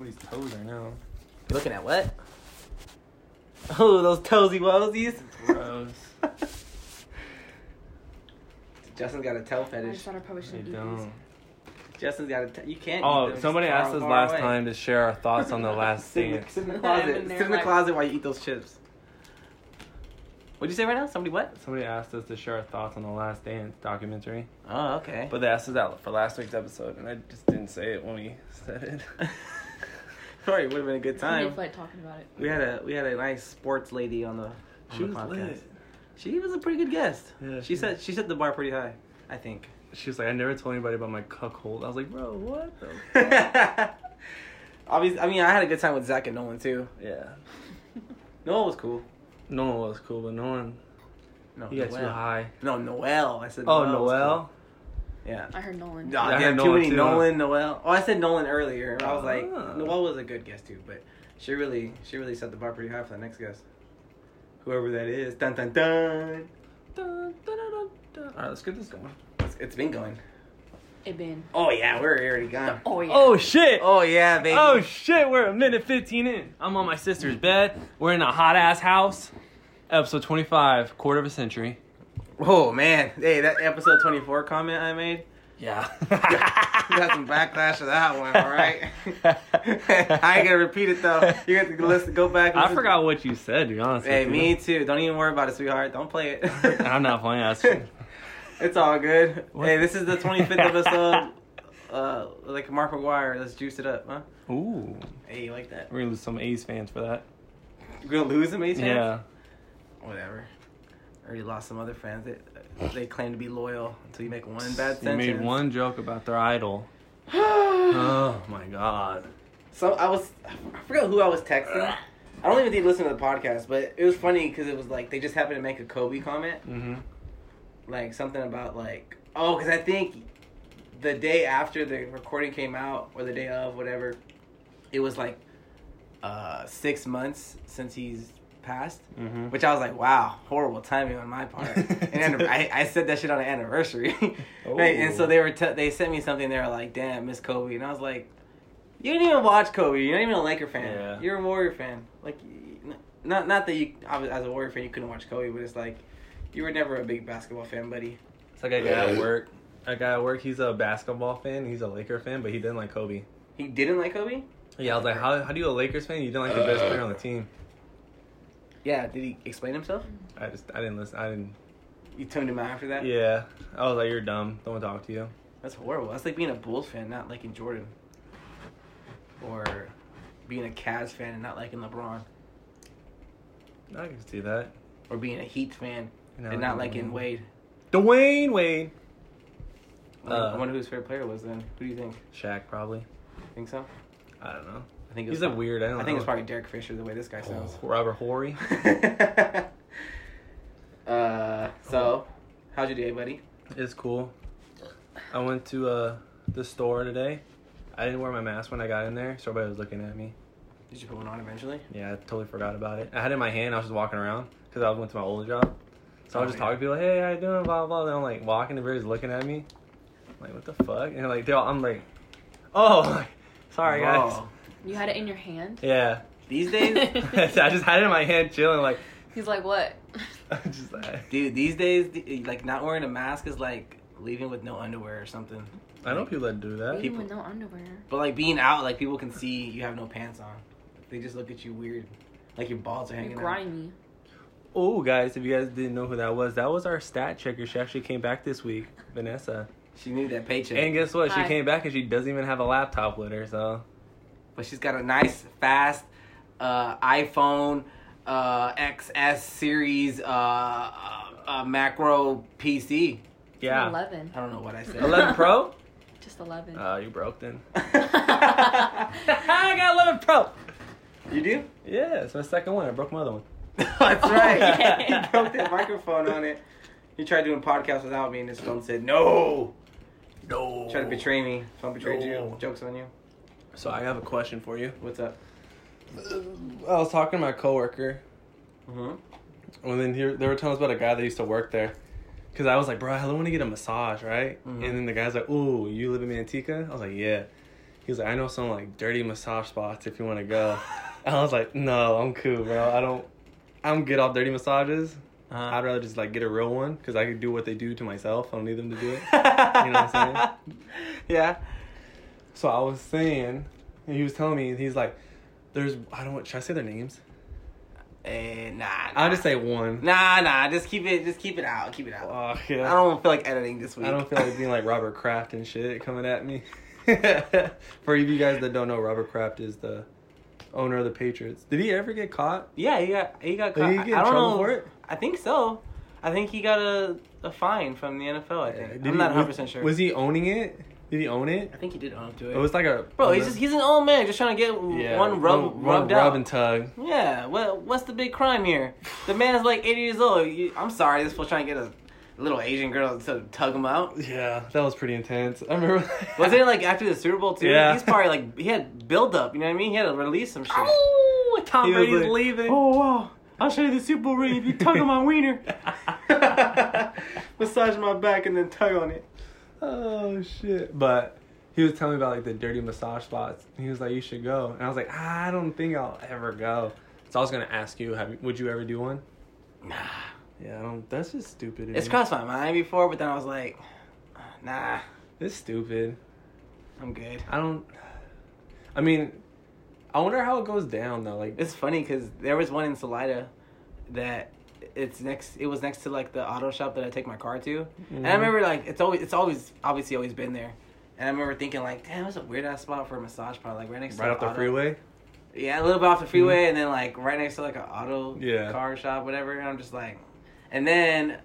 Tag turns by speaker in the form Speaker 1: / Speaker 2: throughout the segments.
Speaker 1: These toes are now.
Speaker 2: You looking at what? Oh, those toesy wosies.
Speaker 1: Gross.
Speaker 2: Justin's got a toe
Speaker 3: I E
Speaker 2: fetish.
Speaker 3: just thought I probably
Speaker 1: they
Speaker 3: shouldn't eat these.
Speaker 1: don't.
Speaker 2: Justin's got a. T- you can't. eat
Speaker 1: Oh,
Speaker 2: them.
Speaker 1: somebody
Speaker 2: Throw
Speaker 1: asked
Speaker 2: them
Speaker 1: us
Speaker 2: far
Speaker 1: last
Speaker 2: away.
Speaker 1: time to share our thoughts on the last
Speaker 2: Sit in the-
Speaker 1: dance.
Speaker 2: Sit in the
Speaker 3: Yeah,
Speaker 2: closet.
Speaker 3: and
Speaker 2: Sit
Speaker 3: they're
Speaker 2: in the
Speaker 3: like-
Speaker 2: closet while you eat those chips. What'd you say right now? Somebody what?
Speaker 1: Somebody asked us to share our thoughts on the last dance documentary.
Speaker 2: Oh, okay.
Speaker 1: But they asked us out for last week's episode, and I just didn't say it when we said it.
Speaker 2: Sorry, would have been a good
Speaker 3: Time.
Speaker 2: time.
Speaker 3: Flight talking about it.
Speaker 2: We had a we had a nice sports lady on the on
Speaker 1: She
Speaker 2: the
Speaker 1: was
Speaker 2: podcast.
Speaker 1: lit.
Speaker 2: She was a pretty good guest.
Speaker 1: Yeah,
Speaker 2: she
Speaker 1: she-
Speaker 2: set she set the bar pretty high, I think.
Speaker 1: She was like, I never told anybody about my cuckold. I was like, bro, what? the
Speaker 2: Obviously, I mean, I had a good time with Zach and Nolan too.
Speaker 1: Yeah.
Speaker 2: Noel was cool.
Speaker 1: No one was cool, but no one.
Speaker 2: No,
Speaker 1: He got too
Speaker 2: Noel.
Speaker 1: high.
Speaker 2: No, Noel. I said.
Speaker 1: Oh,
Speaker 2: Noel was
Speaker 1: Noel?
Speaker 2: cool. Yeah.
Speaker 3: I heard Nolan.
Speaker 2: Nah,
Speaker 1: Yeah, I
Speaker 2: damn,
Speaker 1: heard
Speaker 2: too
Speaker 1: Nolan
Speaker 2: many
Speaker 1: too, huh?
Speaker 2: Nolan, Noel. Oh, I said Nolan earlier. I was like,
Speaker 1: Ah.
Speaker 2: Noel was a good guest too, but she really, she really set the bar pretty high for the next guest, whoever that is. Dun dun dun.
Speaker 1: Dun, dun, dun, dun, dun. All right, let's get this going.
Speaker 2: It's, it's been going.
Speaker 3: It been.
Speaker 2: Oh yeah, we're already gone.
Speaker 3: Oh yeah.
Speaker 1: Oh, shit!
Speaker 2: Oh yeah, baby.
Speaker 1: Oh shit, we're a minute 15 in. I'm on my sister's bed. We're in a hot ass house. Episode 25, quarter of a century.
Speaker 2: oh man. Hey, that episode twenty four comment I made.
Speaker 1: Yeah.
Speaker 2: got some backlash to that one, all right? I ain't gonna repeat it though. You got to listen, go back.
Speaker 1: I
Speaker 2: listen.
Speaker 1: forgot what you said, to be honest.
Speaker 2: Hey,
Speaker 1: with
Speaker 2: me too. Don't even worry about it, sweetheart. Don't play it.
Speaker 1: you. I'm not playing us.
Speaker 2: it's all good.
Speaker 1: What?
Speaker 2: Hey, this is the 25th episode. Uh, like Mark McGuire, let's juice it up, huh?
Speaker 1: Ooh.
Speaker 2: Hey, you like that?
Speaker 1: We're gonna lose some A's fans for that.
Speaker 2: You gonna lose him, Ace? fans?
Speaker 1: Yeah.
Speaker 2: Whatever. Already lost some other fans that they claim to be loyal until you make one bad
Speaker 1: You
Speaker 2: sentence.
Speaker 1: made one joke about their idol. Oh my god.
Speaker 2: So I was, I forgot who I was texting. I don't even think he listened to the podcast, but it was funny because it was like they just happened to make a Kobe comment,
Speaker 1: Mm-hmm.
Speaker 2: like something about like, oh, because I think the day after the recording came out or the day of whatever, it was like uh six months since he's passed,
Speaker 1: Mm-hmm.
Speaker 2: which I was like, wow, horrible timing on my part. and I, I said that shit on an anniversary. Right, and so they were t- they sent me something. They were like, "Damn, miss Kobe," and I was like, "You didn't even watch Kobe. You're not even a Laker fan.
Speaker 1: Yeah.
Speaker 2: You're a Warrior fan. Like, y- n- not not that you I was- as a Warrior fan you couldn't watch Kobe, but it's like you were never a big basketball fan, buddy.
Speaker 1: It's like a guy at work. A guy at work, he's a basketball fan, he's a Laker fan, but he didn't like Kobe.
Speaker 2: He didn't like Kobe.
Speaker 1: Yeah, I was like, how, how do you a Lakers fan? You didn't like the best player on the team.
Speaker 2: Yeah. Did he explain himself?
Speaker 1: I just, I didn't listen. I didn't.
Speaker 2: You tuned him out after that.
Speaker 1: Yeah. I was like, you're dumb. Don't want to talk to you.
Speaker 2: That's horrible. That's like being a Bulls fan, not liking Jordan, or being a Cavs fan and not liking LeBron,
Speaker 1: I can see that.
Speaker 2: or being a Heat fan
Speaker 1: You
Speaker 2: and not liking
Speaker 1: Wade.
Speaker 2: Wade.
Speaker 1: Dwayne Wade. Uh,
Speaker 2: I wonder who his favorite player was then. Who do you think?
Speaker 1: Shaq, probably.
Speaker 2: Think so?
Speaker 1: I don't know.
Speaker 2: I think it was
Speaker 1: He's a Oh. weird. I don't
Speaker 2: I
Speaker 1: know.
Speaker 2: think it's probably Derek Fisher the way this guy sounds.
Speaker 1: Robert Horry.
Speaker 2: uh, so, how's your day, buddy?
Speaker 1: It's cool. I went to uh, the store today. I didn't wear my mask when I got in there, so everybody was looking at me.
Speaker 2: Did you put one on eventually?
Speaker 1: Yeah, I totally forgot about it. I had it in my hand. I was just walking around because I went to my old job. So I was
Speaker 2: Oh,
Speaker 1: just
Speaker 2: yeah.
Speaker 1: talking to people, hey, how you doing? Blah, blah. And I'm like walking, and everybody's looking at me. I'm like, what the fuck? And like, they all, I'm like, oh, sorry, guys.
Speaker 2: Bro,
Speaker 3: You had it in your hand.
Speaker 1: Yeah.
Speaker 2: Oh. These days,
Speaker 1: So I just had it in my hand, chilling, like,
Speaker 3: He's like, what?
Speaker 1: just like,
Speaker 2: dude, these days, th- like not wearing a mask is like leaving with no underwear or something.
Speaker 1: I know people that do that.
Speaker 3: Even
Speaker 2: people-
Speaker 3: with no underwear.
Speaker 2: But like being out, like people can see you have no pants on. They just look at you weird, like your balls are
Speaker 3: You're
Speaker 2: hanging out.
Speaker 3: grimy.
Speaker 1: Oh, guys, if you guys didn't know who that was, that was our stat checker. She actually came back this week, Vanessa.
Speaker 2: She needed that paycheck,
Speaker 1: And guess what? She
Speaker 3: Hi.
Speaker 1: came back and she doesn't even have a laptop with her, so.
Speaker 2: but she's got a nice, fast uh, iPhone uh, XS series uh, uh, uh, macro PC.
Speaker 1: Yeah.
Speaker 3: Eleven.
Speaker 2: I don't know what I said.
Speaker 1: 11 Pro?
Speaker 3: Just eleven.
Speaker 1: Oh, you broke then.
Speaker 2: you
Speaker 1: I got 11 Pro!
Speaker 2: do?
Speaker 1: Yeah, it's my second one. I broke my other one. Oh,
Speaker 2: That's right.
Speaker 3: yeah.
Speaker 2: He broke that microphone on it. He tried doing podcasts without me, and his phone said, No!
Speaker 1: No.
Speaker 2: Tried to betray me. Phone betrayed
Speaker 1: No.
Speaker 2: you. Joke's on you.
Speaker 1: So I have a question for you.
Speaker 2: What's up?
Speaker 1: I was talking to my coworker,
Speaker 2: Mm-hmm.
Speaker 1: and then here, they were telling us about a guy that used to work there. Cause I was like, bro, I want to get a massage, right?
Speaker 2: Mhm.
Speaker 1: And then the guy's like, "Ooh, you live in Manteca?" I was like, "Yeah." He's like, I know some like dirty massage spots if you want to go. And I was like, no, I'm cool, bro. I don't, I don't get off dirty massages. I'd rather just like get a real one because I can do what they do to myself. I don't need them to do it.
Speaker 2: you
Speaker 1: know what I'm
Speaker 2: Yeah.
Speaker 1: So I was saying, and he was telling me, he's like, there's, I don't want, should I say their names?
Speaker 2: Eh, nah, nah.
Speaker 1: I'll just say one.
Speaker 2: Nah, nah. Just keep it. Just keep it out. Keep it out.
Speaker 1: Oh,
Speaker 2: I
Speaker 1: yeah.
Speaker 2: don't feel like editing this week.
Speaker 1: I don't feel like being like Robert Kraft and shit coming at me. For you guys that don't know, Robert Kraft is the owner of the Patriots. Did he ever get caught?
Speaker 2: Yeah, he got he got
Speaker 1: Did
Speaker 2: caught.
Speaker 1: he get in
Speaker 2: I don't
Speaker 1: trouble
Speaker 2: know.
Speaker 1: for it?
Speaker 2: I think so. I think he got a, a fine from the NFL. I think.
Speaker 1: Did
Speaker 2: I'm
Speaker 1: he-
Speaker 2: not
Speaker 1: was-
Speaker 2: 100 percent sure.
Speaker 1: Was he owning it? Did he own it?
Speaker 2: I think he did own up to it.
Speaker 1: It was like a
Speaker 2: Bro, he's just he's an old man just trying to get
Speaker 1: Yeah,
Speaker 2: one rub
Speaker 1: one- one
Speaker 2: rubbed
Speaker 1: rub
Speaker 2: out.
Speaker 1: and tug.
Speaker 2: yeah. What what's the big crime here? The man is like 80 years old. You- I'm sorry, this fool trying to get a little Asian girl to tug him out.
Speaker 1: Yeah, that was pretty intense. I remember.
Speaker 2: Was it like after the Super Bowl too?
Speaker 1: Yeah.
Speaker 2: He's probably like he had build up. You know what I mean? He had to release some shit.
Speaker 1: Oh,
Speaker 2: Tom Brady's
Speaker 1: leaving.
Speaker 2: Oh wow! I'll show you the Super Bowl ring if you tug on my wiener. Massage my back and then tug on it.
Speaker 1: Oh shit! But he was telling me about like the dirty massage spots. And he was like, "You should go," and I was like, "I don't think I'll ever go." So I was gonna ask you, have you- would you ever do one?
Speaker 2: Nah,
Speaker 1: Yeah, I don't. That's just stupid.
Speaker 2: it's crossed my mind before, but then I was like, nah,
Speaker 1: It's stupid.
Speaker 2: I'm good.
Speaker 1: I don't. I mean, I wonder how it goes down though. Like,
Speaker 2: It's funny because there was one in Salida that it's next. It was next to like the auto shop that I take my car to, and I
Speaker 1: Mhm.
Speaker 2: remember like it's always it's always obviously always been there. And I remember thinking like, damn, that's a weird ass spot for a massage parlor, like right next
Speaker 1: right
Speaker 2: to
Speaker 1: off the
Speaker 2: auto-
Speaker 1: freeway.
Speaker 2: Yeah, a little bit off the freeway, and then like right next to like an auto
Speaker 1: Mm-hmm. Yeah.
Speaker 2: car shop, whatever. And I'm just like, and then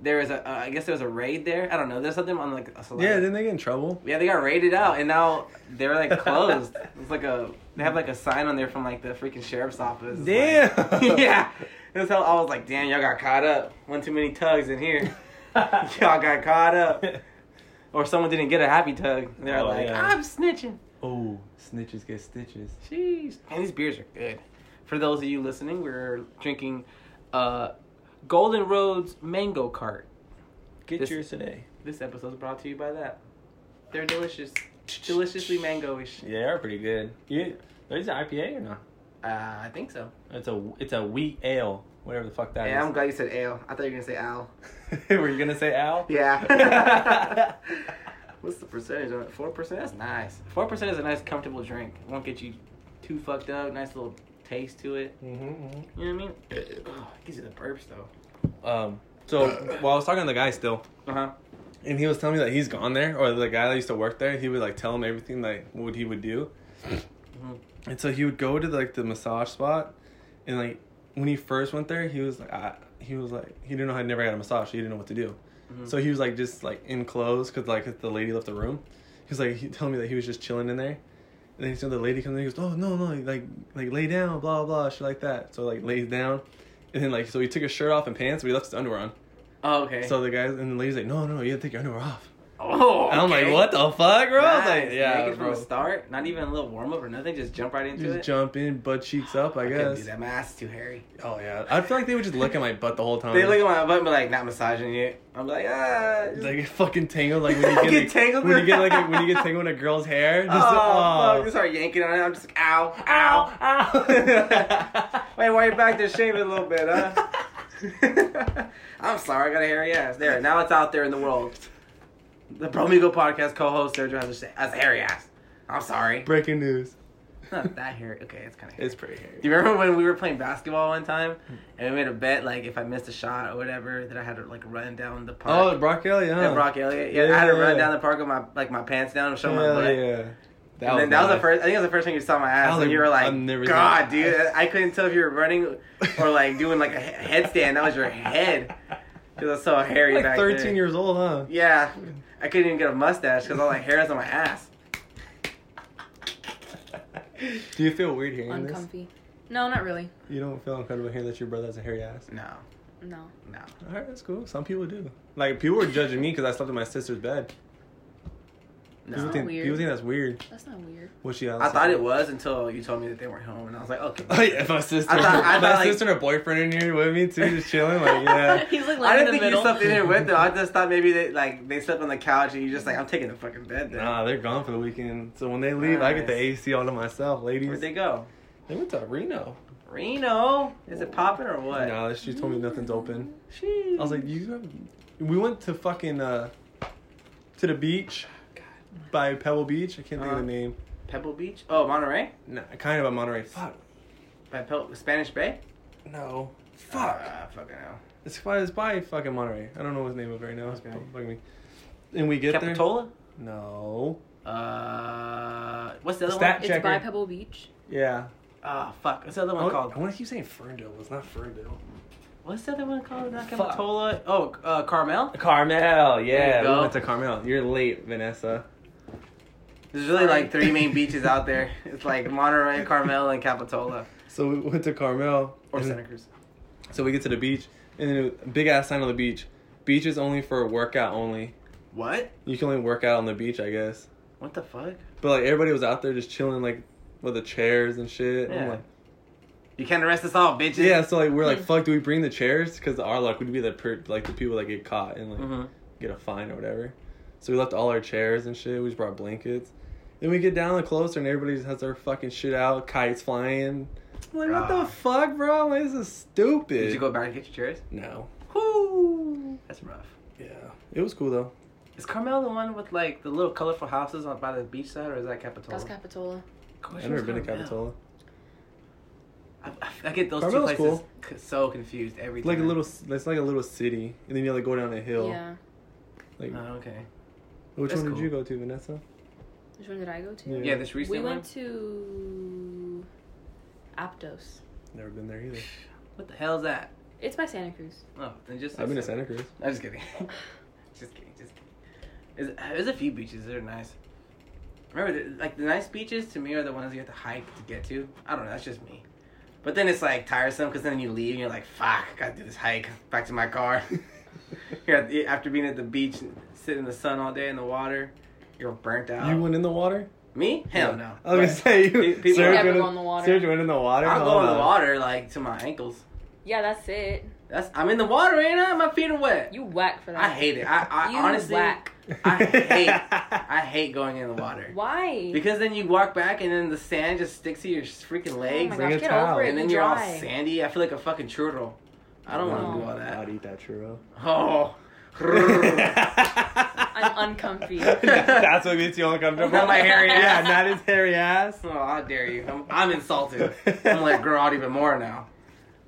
Speaker 2: there was a, uh, I guess there was a raid there. I don't know. There's something on like a salon.
Speaker 1: Yeah, didn't they get in trouble?
Speaker 2: yeah, they got raided out, and now they're like closed. it's like a they have like a sign on there from like the freaking sheriff's office. It's Like, yeah. That's how I was like, damn, y'all got caught up. One too many tugs in here. y'all got caught up. Or someone didn't get a happy tug. and They're
Speaker 1: Oh,
Speaker 2: like,
Speaker 1: yeah.
Speaker 2: I'm snitching.
Speaker 1: oh, snitches get stitches.
Speaker 2: Jeez. And these beers are good. For those of you listening, we're drinking uh, Golden Roads Mango Cart.
Speaker 1: Get
Speaker 2: This-
Speaker 1: yours today.
Speaker 2: This episode's brought to you by that. They're delicious. Deliciously mango-ish.
Speaker 1: Yeah, they're pretty good. Yeah, there's an IPA or not?
Speaker 2: Uh, I think so.
Speaker 1: It's a it's a wheat ale, whatever the fuck that is.
Speaker 2: Yeah, I'm glad you said ale. I thought you were going to say al.
Speaker 1: Were you gonna say Al?
Speaker 2: Yeah. What's the percentage on it? 4%? That's nice. 4% is a nice, comfortable drink. Won't get you too fucked up. Nice little taste to it.
Speaker 1: Mm-hmm.
Speaker 2: You know what I mean? Oh, gives you the burps, though.
Speaker 1: Um. So while I was talking to the guy still,
Speaker 2: Uh-huh.
Speaker 1: and he was telling me that he's gone there, or the guy that used to work there, he would like tell him everything like what he would do,
Speaker 2: Mhm.
Speaker 1: and so he would go to like the massage spot, and like when he first went there, he was like, I, he was like, he didn't know I'd never had a massage, so he didn't know what to do,
Speaker 2: Mhm.
Speaker 1: so he was like just like in clothes because like the lady left the room, he was like he telling me that he was just chilling in there. And then so the lady comes in and goes, Oh no, no, like like lay down, blah blah, shit like that. So like lays down. And then like so he took his shirt off and pants, but he left his underwear on.
Speaker 2: Oh, okay.
Speaker 1: So the guys and the lady's like, No, no, you gotta take your underwear off.
Speaker 2: Oh,
Speaker 1: And I'm like,
Speaker 2: okay.
Speaker 1: What the fuck, bro? I was
Speaker 2: Nice.
Speaker 1: like, Yeah,
Speaker 2: Naked
Speaker 1: bro.
Speaker 2: from the start, not even a little warm up or nothing, just jump right into
Speaker 1: Just
Speaker 2: it.
Speaker 1: jump in, butt cheeks up, I
Speaker 2: I couldn't do
Speaker 1: guess.
Speaker 2: that. My ass is too hairy.
Speaker 1: Oh yeah. I feel like they would just look at my butt the whole time.
Speaker 2: They look at my butt and be like, not massaging it. I'm like, ah. just-
Speaker 1: like fucking tangled like when you get,
Speaker 2: Get
Speaker 1: like,
Speaker 2: tangled
Speaker 1: when you get
Speaker 2: in-
Speaker 1: like when you get tangled in a girl's hair. Just,
Speaker 2: oh,
Speaker 1: oh,
Speaker 2: fuck. Just start yanking on it. I'm just like, ow, ow,
Speaker 1: Ow,
Speaker 2: ow.
Speaker 1: ow.
Speaker 2: Wait, why you back there shaving a little bit, huh? I'm sorry, I got a hairy ass. There, now it's out there in the world. The Bromigo podcast co host Sergio has a, has a hairy ass. I'm sorry.
Speaker 1: Breaking news.
Speaker 2: Not that hairy. Okay, it's kind of hairy.
Speaker 1: It's pretty hairy.
Speaker 2: Do you remember when we were playing basketball one time and we made a bet like if I missed a shot or whatever that I had to like run down the
Speaker 1: Oh,
Speaker 2: park?
Speaker 1: Brock Elliott, huh?
Speaker 2: and Brock Elliott. Yeah, I had to
Speaker 1: Yeah.
Speaker 2: run down the park with my like my pants down and show my
Speaker 1: Hell
Speaker 2: butt.
Speaker 1: yeah. That
Speaker 2: and then that was the
Speaker 1: nice.
Speaker 2: first. I think it was the first time you saw my ass,
Speaker 1: was
Speaker 2: and
Speaker 1: like,
Speaker 2: you were like,
Speaker 1: I've never seen
Speaker 2: "God,
Speaker 1: that."
Speaker 2: dude!" I couldn't tell if you were running or like doing like a he- headstand. That was your head because I was so hairy
Speaker 1: like
Speaker 2: back
Speaker 1: 13
Speaker 2: then.
Speaker 1: years old, huh?
Speaker 2: Yeah, I couldn't even get a mustache because all my hair is on my ass.
Speaker 1: Do you feel weird hearing this?
Speaker 3: Uncomfy. No, not really.
Speaker 1: You don't feel uncomfortable hearing that your brother has a hairy ass?
Speaker 2: No,
Speaker 3: No.
Speaker 2: no.
Speaker 1: All right, that's cool. Some people do. Like, people were judging me because I slept in my sister's bed.
Speaker 2: No.
Speaker 1: People,
Speaker 3: not
Speaker 1: think,
Speaker 3: weird.
Speaker 1: people think that's weird.
Speaker 3: That's not weird.
Speaker 1: What she?
Speaker 2: I thought it was until you told me that they weren't home, and I was like, okay.
Speaker 1: Oh yeah, my sister.
Speaker 2: I thought- I
Speaker 1: my
Speaker 2: thought, like-
Speaker 1: sister and her boyfriend in here with me too, just chilling. Like yeah.
Speaker 3: He's like,
Speaker 2: I
Speaker 3: like in
Speaker 2: didn't
Speaker 3: the
Speaker 2: think
Speaker 3: middle.
Speaker 2: you slept in here with them. I just thought maybe they like they slept on the couch and you just like I'm taking the fucking bed. Then.
Speaker 1: Nah, they're gone for the weekend. So when they leave, I get the
Speaker 2: Nice.
Speaker 1: AC all to myself, ladies.
Speaker 2: Where'd
Speaker 1: They-,
Speaker 2: they go?
Speaker 1: went to Reno.
Speaker 2: Reno. Is it popping or what?
Speaker 1: No, she told me nothing's open.
Speaker 2: Sheesh.
Speaker 1: I was like, you. Have... We went to fucking uh, to the beach by Pebble Beach. I can't think of
Speaker 2: Uh-huh.
Speaker 1: the name.
Speaker 2: Pebble Beach. Oh, Monterey.
Speaker 1: Nah, kind of a Monterey. Fuck.
Speaker 2: By Pe- Spanish Bay.
Speaker 1: No. Fuck.
Speaker 2: Ah, fucking hell.
Speaker 1: It's by it's by fucking Monterey. I don't know his name of it right now. It's
Speaker 2: Okay.
Speaker 1: fucking me. And we get
Speaker 2: Capitola.
Speaker 1: there. No.
Speaker 2: Uh, what's the other
Speaker 1: Stat
Speaker 3: It's
Speaker 1: checker.
Speaker 3: by Pebble Beach.
Speaker 1: Yeah.
Speaker 2: one? Ah, fuck. What's the other one called?
Speaker 1: I want to keep saying Ferndale, but it's not Ferndale.
Speaker 2: What's the other one called? Not
Speaker 1: Fuck.
Speaker 2: Capitola. Oh, uh, Carmel.
Speaker 1: Carmel,
Speaker 2: yeah.
Speaker 1: We went to Carmel. You're late, Vanessa.
Speaker 2: There's really like three main beaches out there. It's like Monterey, Carmel, and Capitola
Speaker 1: So we went to Carmel.
Speaker 2: or
Speaker 1: and-
Speaker 2: Santa Cruz.
Speaker 1: So we get to the beach, and then a big ass sign on the beach. Beach is only for workout only.
Speaker 2: What?
Speaker 1: You can only work out on the beach, I guess.
Speaker 2: What the fuck?
Speaker 1: But like everybody was out there just chilling, like with the chairs and shit. I'm
Speaker 2: Yeah.
Speaker 1: like-
Speaker 2: You can't arrest us all, bitches.
Speaker 1: yeah. So like we're like,
Speaker 3: Hmm.
Speaker 1: fuck, do we bring the chairs? Because our luck would be the per- like the people that get caught and like
Speaker 2: hmm
Speaker 1: get a fine or whatever. So we left all our chairs and shit. We just brought blankets. Then we get down closer and everybody just has their fucking shit out, kites flying. I'm like, what
Speaker 2: Ah.
Speaker 1: the fuck, bro? I'm like, this is stupid.
Speaker 2: Did you go back and get your chairs?
Speaker 1: No.
Speaker 2: Whoo! That's rough.
Speaker 1: Yeah. It was cool though.
Speaker 2: Is Carmel the one with like the little colorful houses on by the beach side, or is that Capitola?
Speaker 3: That's Capitola.
Speaker 2: Gosh,
Speaker 1: I've never
Speaker 2: it's
Speaker 1: been to
Speaker 2: Carmel.
Speaker 1: Capitola.
Speaker 2: I, I- I get those
Speaker 1: Carmel's
Speaker 2: two places c- so confused every
Speaker 1: It's
Speaker 2: time.
Speaker 1: like a little, it's like a little city, and then you like go down a hill.
Speaker 3: Yeah.
Speaker 1: Like,
Speaker 2: Oh, okay.
Speaker 1: which
Speaker 2: that's
Speaker 1: one did you
Speaker 2: cool.
Speaker 1: go to, Vanessa?
Speaker 3: Which one did I go to?
Speaker 1: Yeah.
Speaker 2: Yeah, this recent
Speaker 3: we
Speaker 2: one.
Speaker 3: went to Aptos.
Speaker 1: Never been there either.
Speaker 2: What the hell is that?
Speaker 3: It's by Santa Cruz.
Speaker 2: Oh, then just.
Speaker 1: I've been to Santa Cruz.
Speaker 2: I'm just kidding. just kidding. Just kidding. Is, there's a few beaches that are nice. Remember, the, like the nice beaches to me are the ones you have to hike to get to. I don't know. That's just me. But then it's like tiresome because then you leave and you're like, "Fuck, I gotta do this hike back to my car." Here, at- after being at the beach, and sitting in the sun all day in the water, you're burnt out.
Speaker 1: You went in the water?
Speaker 2: me? Hell no.
Speaker 1: I was gonna say you.
Speaker 2: Pe- people-
Speaker 1: Serge
Speaker 3: Never
Speaker 1: went
Speaker 3: go in the water.
Speaker 1: Serge went in the water.
Speaker 2: I'll go
Speaker 1: Hold
Speaker 2: in the
Speaker 1: on.
Speaker 2: water like to my ankles.
Speaker 3: Yeah, that's it.
Speaker 2: That's I'm in the water, ain't I? My feet are wet.
Speaker 3: You whack for that.
Speaker 2: I hate it. I, I
Speaker 3: you
Speaker 2: honestly,
Speaker 3: whack.
Speaker 2: I hate- I hate going in the water
Speaker 3: Why?
Speaker 2: because then you walk back and then the sand just sticks to your freaking
Speaker 3: oh
Speaker 2: legs,
Speaker 3: my
Speaker 1: Bring a
Speaker 3: gosh, get
Speaker 1: towel.
Speaker 3: over it.
Speaker 2: and then
Speaker 3: you
Speaker 2: you're all
Speaker 3: dry.
Speaker 2: sandy. I feel like a fucking churro. I don't want to do all
Speaker 1: I'd
Speaker 2: that.
Speaker 1: eat that churro.
Speaker 2: Oh.
Speaker 3: I'm uncomfy.
Speaker 1: That's what makes you uncomfortable.
Speaker 2: Not my hairy
Speaker 1: yeah,
Speaker 2: ass.
Speaker 1: not his hairy ass.
Speaker 2: Oh, how dare you? I'm, I'm insulted. I'm gonna grow out even more now.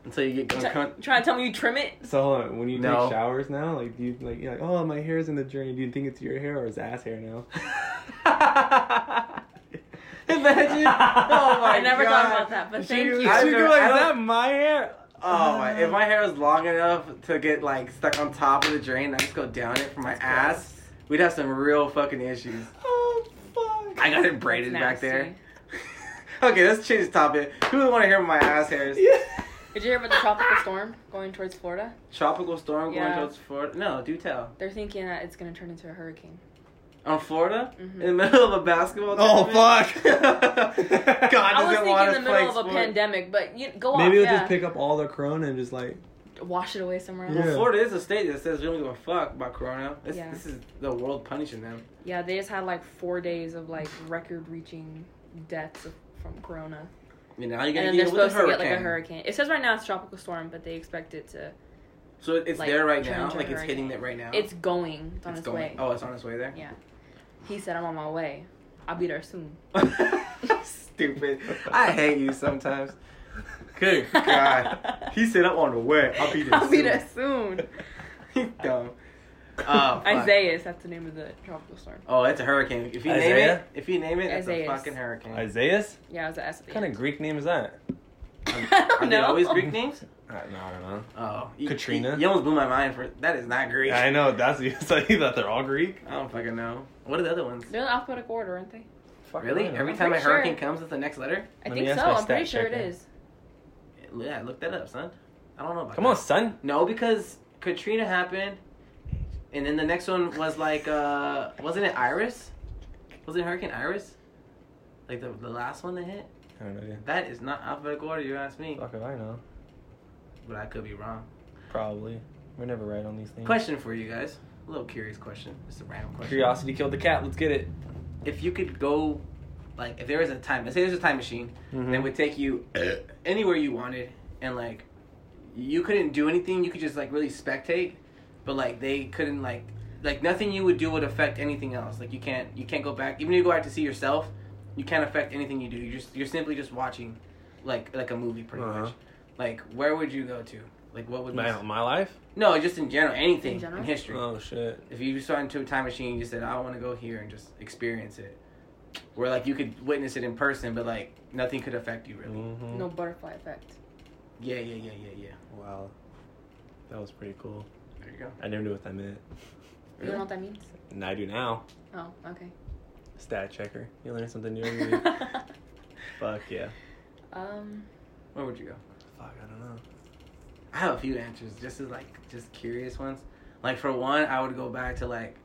Speaker 2: Until you get
Speaker 3: Try-
Speaker 2: uncom-
Speaker 3: trying to tell me you trim it?
Speaker 1: So hold on, when you
Speaker 2: No.
Speaker 1: take showers now, like do you like you're like, oh my hair's in the journey, do you think it's your hair or his ass hair now?
Speaker 2: Imagine. Oh my
Speaker 3: I never
Speaker 2: God.
Speaker 3: thought about that, but thank
Speaker 1: she
Speaker 3: you.
Speaker 1: she
Speaker 2: I
Speaker 1: could be
Speaker 2: don't-
Speaker 1: like,
Speaker 2: I
Speaker 1: is
Speaker 2: don't-
Speaker 1: that my hair?
Speaker 2: Oh my! If my hair was long enough to get like stuck on top of the drain, I just go down it for my ass. We'd have some real fucking issues.
Speaker 1: Oh fuck.
Speaker 2: I got it braided back there. okay, let's change the topic. Who would want to hear my ass hairs?
Speaker 3: Did you hear about the tropical storm going towards Florida?
Speaker 2: Tropical storm going
Speaker 3: Yeah.
Speaker 2: towards Florida? No, do tell.
Speaker 3: They're thinking that it's going to turn into a hurricane.
Speaker 2: On Florida,
Speaker 3: Mhm.
Speaker 2: in the middle of a basketball.
Speaker 1: Oh,
Speaker 2: fuck! God
Speaker 3: I was
Speaker 2: doesn't
Speaker 3: thinking
Speaker 2: want
Speaker 3: in
Speaker 2: to
Speaker 3: the
Speaker 2: play
Speaker 3: middle of a
Speaker 2: sport.
Speaker 3: pandemic, but you, go
Speaker 1: Maybe
Speaker 3: off,
Speaker 1: they'll
Speaker 3: yeah.
Speaker 1: just pick up all their corona and just like
Speaker 3: Wash it away somewhere else.
Speaker 2: Well,
Speaker 3: Yeah.
Speaker 1: Yeah.
Speaker 2: Florida is a state that says we don't give a fuck about Corona. This,
Speaker 3: Yeah.
Speaker 2: this is the world punishing them.
Speaker 3: they just had like four days of like record-reaching deaths of, from Corona.
Speaker 2: You know, you
Speaker 3: And
Speaker 2: gotta get
Speaker 3: then
Speaker 2: hit
Speaker 3: they're
Speaker 2: with a
Speaker 3: supposed to get
Speaker 2: hurricane.
Speaker 3: like a hurricane. It says right now it's tropical storm, but they expect it to.
Speaker 2: so it's
Speaker 3: like,
Speaker 2: there right
Speaker 3: turn
Speaker 2: now.
Speaker 3: into a
Speaker 2: Like it's
Speaker 3: hurricane.
Speaker 2: hitting it right now.
Speaker 3: It's going. It's on its,
Speaker 2: going.
Speaker 3: way.
Speaker 2: Oh, it's on its way there.
Speaker 3: Yeah. He said, "I'm on my way. I'll be there soon."
Speaker 2: Stupid. I hate you sometimes. Good God. He said I'm on the way. I'll be there.
Speaker 3: I'll be
Speaker 2: soon."
Speaker 3: there soon.
Speaker 2: He's dumb. Oh, fuck.
Speaker 3: Isaiah. That's the name of the tropical storm.
Speaker 2: Oh, it's a hurricane. If you name it,
Speaker 1: Isaiah?
Speaker 2: if you name it, it's a
Speaker 3: Isaiah.
Speaker 2: fucking hurricane.
Speaker 1: Isaiah's?
Speaker 3: Yeah, it was an S. at the
Speaker 1: What kind of
Speaker 3: end.
Speaker 1: Greek name is that?
Speaker 3: I
Speaker 2: Are
Speaker 3: don't
Speaker 2: they
Speaker 3: know.
Speaker 2: always Greek names?
Speaker 1: I, no, I don't know.
Speaker 2: Oh, you-
Speaker 1: Katrina?
Speaker 2: You, you almost blew my mind for that. Is not Greek.
Speaker 1: I know that's you thought they're all Greek.
Speaker 2: I don't fucking know. What are the other ones?
Speaker 3: They're in alphabetic order, aren't they?
Speaker 2: Really?
Speaker 1: I'm
Speaker 2: Every time a
Speaker 3: pretty sure.
Speaker 2: hurricane comes, it's the next letter.
Speaker 3: I
Speaker 1: Let me
Speaker 3: think
Speaker 1: ask
Speaker 3: so.
Speaker 1: my
Speaker 3: I'm
Speaker 1: stat
Speaker 3: pretty sure
Speaker 1: checker.
Speaker 3: it is.
Speaker 2: Yeah, look that up, son. I don't know about.
Speaker 1: Come
Speaker 2: that.
Speaker 1: on, son.
Speaker 2: No, because Katrina happened, and then the next one was like, uh, wasn't it Iris? Was it Hurricane Iris? Like the the last one that hit?
Speaker 1: I don't know. Yeah.
Speaker 2: That is not alphabetical order, you ask me.
Speaker 1: Fuck if I know.
Speaker 2: But I could be wrong.
Speaker 1: Probably. We're never right on these things.
Speaker 2: Question for you guys. A little curious question. Just a random question.
Speaker 1: Curiosity killed the cat. Let's get it.
Speaker 2: If you could go, like, if there was a time, let's say there's a time machine
Speaker 1: Mm-hmm.
Speaker 2: that would take you anywhere you wanted, and like, you couldn't do anything. You could just like really spectate, but like they couldn't like, like nothing you would do would affect anything else. Like you can't you can't go back. Even if you go out to see yourself, you can't affect anything you do. You just you're simply just watching, like like a movie pretty
Speaker 1: Uh-huh.
Speaker 2: much. Like where would you go to? Like what would
Speaker 1: Man, my life?
Speaker 2: no just in general anything in,
Speaker 3: In general?
Speaker 2: history.
Speaker 1: Oh, shit.
Speaker 2: If you just went into a time machine, and you said, "I want to go here and just experience it," where like you could witness it in person, but like nothing could affect you really.
Speaker 1: Mm-hmm.
Speaker 3: No butterfly effect.
Speaker 2: Yeah, yeah, yeah, yeah, yeah.
Speaker 1: Wow. That was pretty cool.
Speaker 2: There you go.
Speaker 1: I never knew what that meant.
Speaker 3: You know what that means?
Speaker 1: And I do now.
Speaker 3: Oh, okay.
Speaker 1: Stat checker. You learn something new every week. Fuck yeah.
Speaker 3: um,
Speaker 2: Where would you go?
Speaker 1: Fuck, I don't know.
Speaker 2: I have a few answers, just as like just curious ones. Like for one, I would go back to like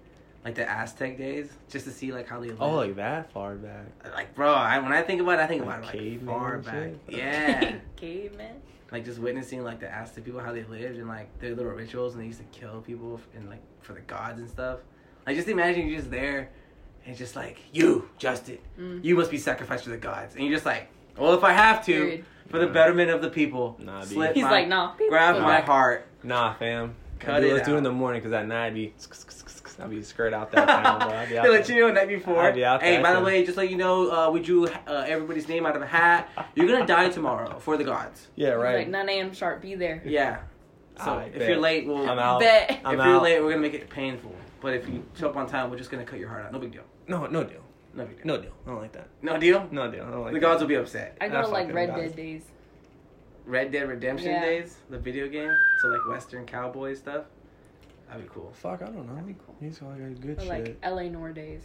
Speaker 2: like the Aztec days, just to see like how they lived.
Speaker 1: Oh, like that far back.
Speaker 2: like bro, I, when I think about it, I think
Speaker 1: Like
Speaker 2: about it like
Speaker 1: caveman
Speaker 2: far
Speaker 1: and
Speaker 2: back.
Speaker 1: shit?
Speaker 2: Yeah,
Speaker 3: caveman.
Speaker 2: like just witnessing like the Aztec people how they lived and like their little rituals and they used to kill people f- and like for the gods and stuff. Like just imagine you're just there and it's just like you, Justin,
Speaker 3: Mm.
Speaker 2: you must be sacrificed to the gods, and you're just like, well, if I have to
Speaker 3: Period.
Speaker 2: for the betterment of the people,
Speaker 1: Nah, B.
Speaker 2: slip
Speaker 3: He's
Speaker 2: my,
Speaker 3: like, no.
Speaker 2: grab
Speaker 1: Nah.
Speaker 2: my heart.
Speaker 1: Nah, fam.
Speaker 2: Cut
Speaker 1: Cut it.
Speaker 2: it
Speaker 1: Let's do it in
Speaker 2: out.
Speaker 1: the morning because at night I'd be, I'd be skirt out that time, bro. I'd be out
Speaker 2: they
Speaker 1: there.
Speaker 2: let you know the night before.
Speaker 1: I'd be out
Speaker 2: hey,
Speaker 1: there.
Speaker 2: by the way, just let you know, uh, we drew uh, everybody's name out of a hat. You're gonna die tomorrow for the gods.
Speaker 1: Yeah,
Speaker 3: He's
Speaker 1: right.
Speaker 3: Like 9 a.m. sharp. Be there.
Speaker 2: Yeah. So
Speaker 1: I
Speaker 2: if
Speaker 1: bet.
Speaker 2: you're late, we'll.
Speaker 1: I'm out.
Speaker 3: Bet.
Speaker 1: I'm
Speaker 2: if you're
Speaker 1: out.
Speaker 2: late, we're gonna make it painful. But if you show up on time, we're just gonna cut your heart out. No big deal.
Speaker 1: No, no deal.
Speaker 2: No big deal.
Speaker 1: No deal. I don't like that.
Speaker 2: No deal.
Speaker 1: No deal. I don't like
Speaker 2: the
Speaker 1: that.
Speaker 2: gods will be upset.
Speaker 3: I go
Speaker 1: Nah,
Speaker 3: to
Speaker 1: fuck
Speaker 3: like
Speaker 1: them
Speaker 3: Red
Speaker 1: guys.
Speaker 3: Dead days.
Speaker 2: Red Dead Redemption
Speaker 3: Yeah.
Speaker 2: days, the video game, so like Western cowboy stuff. That'd be cool.
Speaker 1: Fuck, I don't know.
Speaker 3: That'd be cool.
Speaker 1: He's got like good
Speaker 3: Or
Speaker 1: shit.
Speaker 3: like LA Noir days.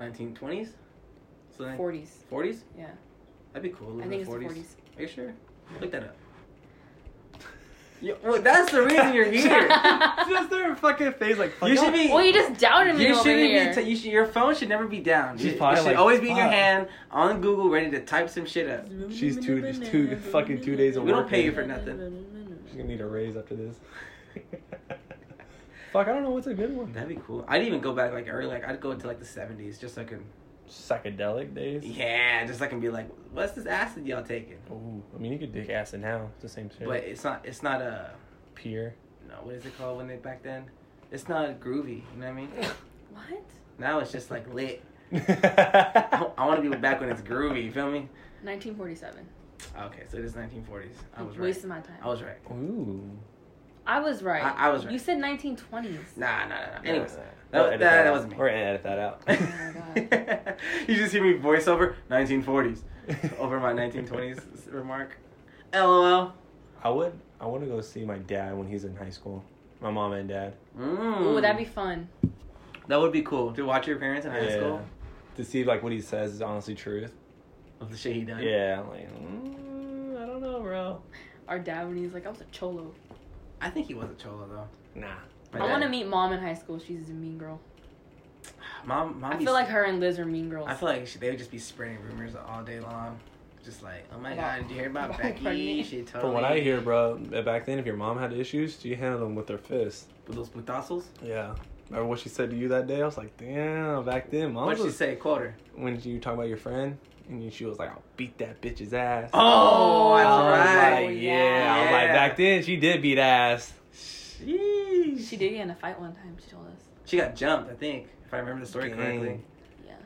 Speaker 2: 1920s. So like
Speaker 3: 40s.
Speaker 2: 40s.
Speaker 3: Yeah.
Speaker 2: That'd be cool.
Speaker 3: I
Speaker 2: live
Speaker 3: think it's
Speaker 2: in
Speaker 3: the 40s.
Speaker 2: Are you sure? Look that up. Yo, well, that's the reason you're here.
Speaker 1: Just their fucking face, like
Speaker 2: You should be.
Speaker 3: Well, you just doubted me
Speaker 2: you
Speaker 3: over
Speaker 2: shouldn't be.
Speaker 3: here.
Speaker 2: T- you should, your phone should never be down.
Speaker 1: She's
Speaker 2: It- it
Speaker 1: probably
Speaker 2: should
Speaker 1: like,
Speaker 2: always be in your
Speaker 1: "Fuck."
Speaker 2: hand on Google, ready to type some shit up.
Speaker 1: She's two- just two- fucking two days of
Speaker 2: We don't
Speaker 1: work
Speaker 2: pay you
Speaker 1: and-
Speaker 2: for nothing.
Speaker 1: She's gonna need a raise after this. Fuck, I don't know what's a good one.
Speaker 2: That'd be cool. I'd even go back like early. Like I'd go into like the seventies, just so I can.
Speaker 1: Psychedelic days.
Speaker 2: Yeah, just so I can be like, what's this acid y'all taking?
Speaker 1: Ooh, I mean you could dick acid now. It's the same shit.
Speaker 2: But it's not. It's not a.
Speaker 1: Pier.
Speaker 2: No, what is it called when they back then? It's not groovy. You know what I mean?
Speaker 3: What?
Speaker 2: Now it's just like lit. I,
Speaker 1: I
Speaker 2: want to be back when it's groovy. You feel me?
Speaker 3: 1947.
Speaker 2: Okay, so it is 1940s. I was right.
Speaker 3: Wasting my time.
Speaker 2: I was right.
Speaker 1: Ooh.
Speaker 3: I was right.
Speaker 2: I- I was right.
Speaker 3: You said 1920s.
Speaker 2: Nah, nah, nah. nah.
Speaker 1: Nah,
Speaker 2: Anyways,
Speaker 1: nah, nah.
Speaker 2: that-
Speaker 1: We'll edit
Speaker 2: that- that
Speaker 1: out.
Speaker 2: wasn't me.
Speaker 1: We're gonna edit that out.
Speaker 3: Oh
Speaker 2: you just hear me voiceover 1940s over my 1920s remark. LOL.
Speaker 1: I would. I want to go see my dad when he's in high school. My mom and dad.
Speaker 2: Mm.
Speaker 3: Ooh, that'd be fun.
Speaker 2: that would be cool to watch your parents in high
Speaker 1: Yeah.
Speaker 2: school
Speaker 1: To see like what he says is honestly truth.
Speaker 2: of the shit he done.
Speaker 1: Yeah, I'm like mm, I don't know, bro.
Speaker 3: Our dad when he's like, I was a cholo.
Speaker 2: I think he was a cholo though.
Speaker 1: Nah.
Speaker 2: My
Speaker 3: I
Speaker 2: dad-
Speaker 3: want to meet mom in high school. She's a mean girl.
Speaker 2: Mom, mom.
Speaker 3: I
Speaker 2: be-
Speaker 3: feel like her and Liz are mean girls.
Speaker 2: I feel like she, they would just be spreading rumors all day long. Just like, oh my
Speaker 3: About-
Speaker 2: god, did you hear about
Speaker 3: about
Speaker 2: Becky?
Speaker 3: pregnant.
Speaker 2: She totally.
Speaker 1: From what I hear, bro, back then if your mom had issues, she handled them with her fist.
Speaker 2: With those putazzos?
Speaker 1: Yeah. Remember what she said to you that day? I was like, damn. Back then, mom
Speaker 2: What'd she
Speaker 1: was
Speaker 2: say? Quarter.
Speaker 1: when you talk about your friend, and you- she was like, "I'll beat that bitch's ass."
Speaker 2: Oh,
Speaker 3: Oh,
Speaker 1: I
Speaker 2: that's
Speaker 1: was
Speaker 2: right.
Speaker 1: like, yeah. I was like,
Speaker 2: Oh, Yeah.
Speaker 1: back then she did beat ass.
Speaker 2: Sheesh.
Speaker 3: she did get in a fight one time. She told us.
Speaker 2: She got jumped, I think, if I remember the story
Speaker 1: Dang.
Speaker 2: correctly.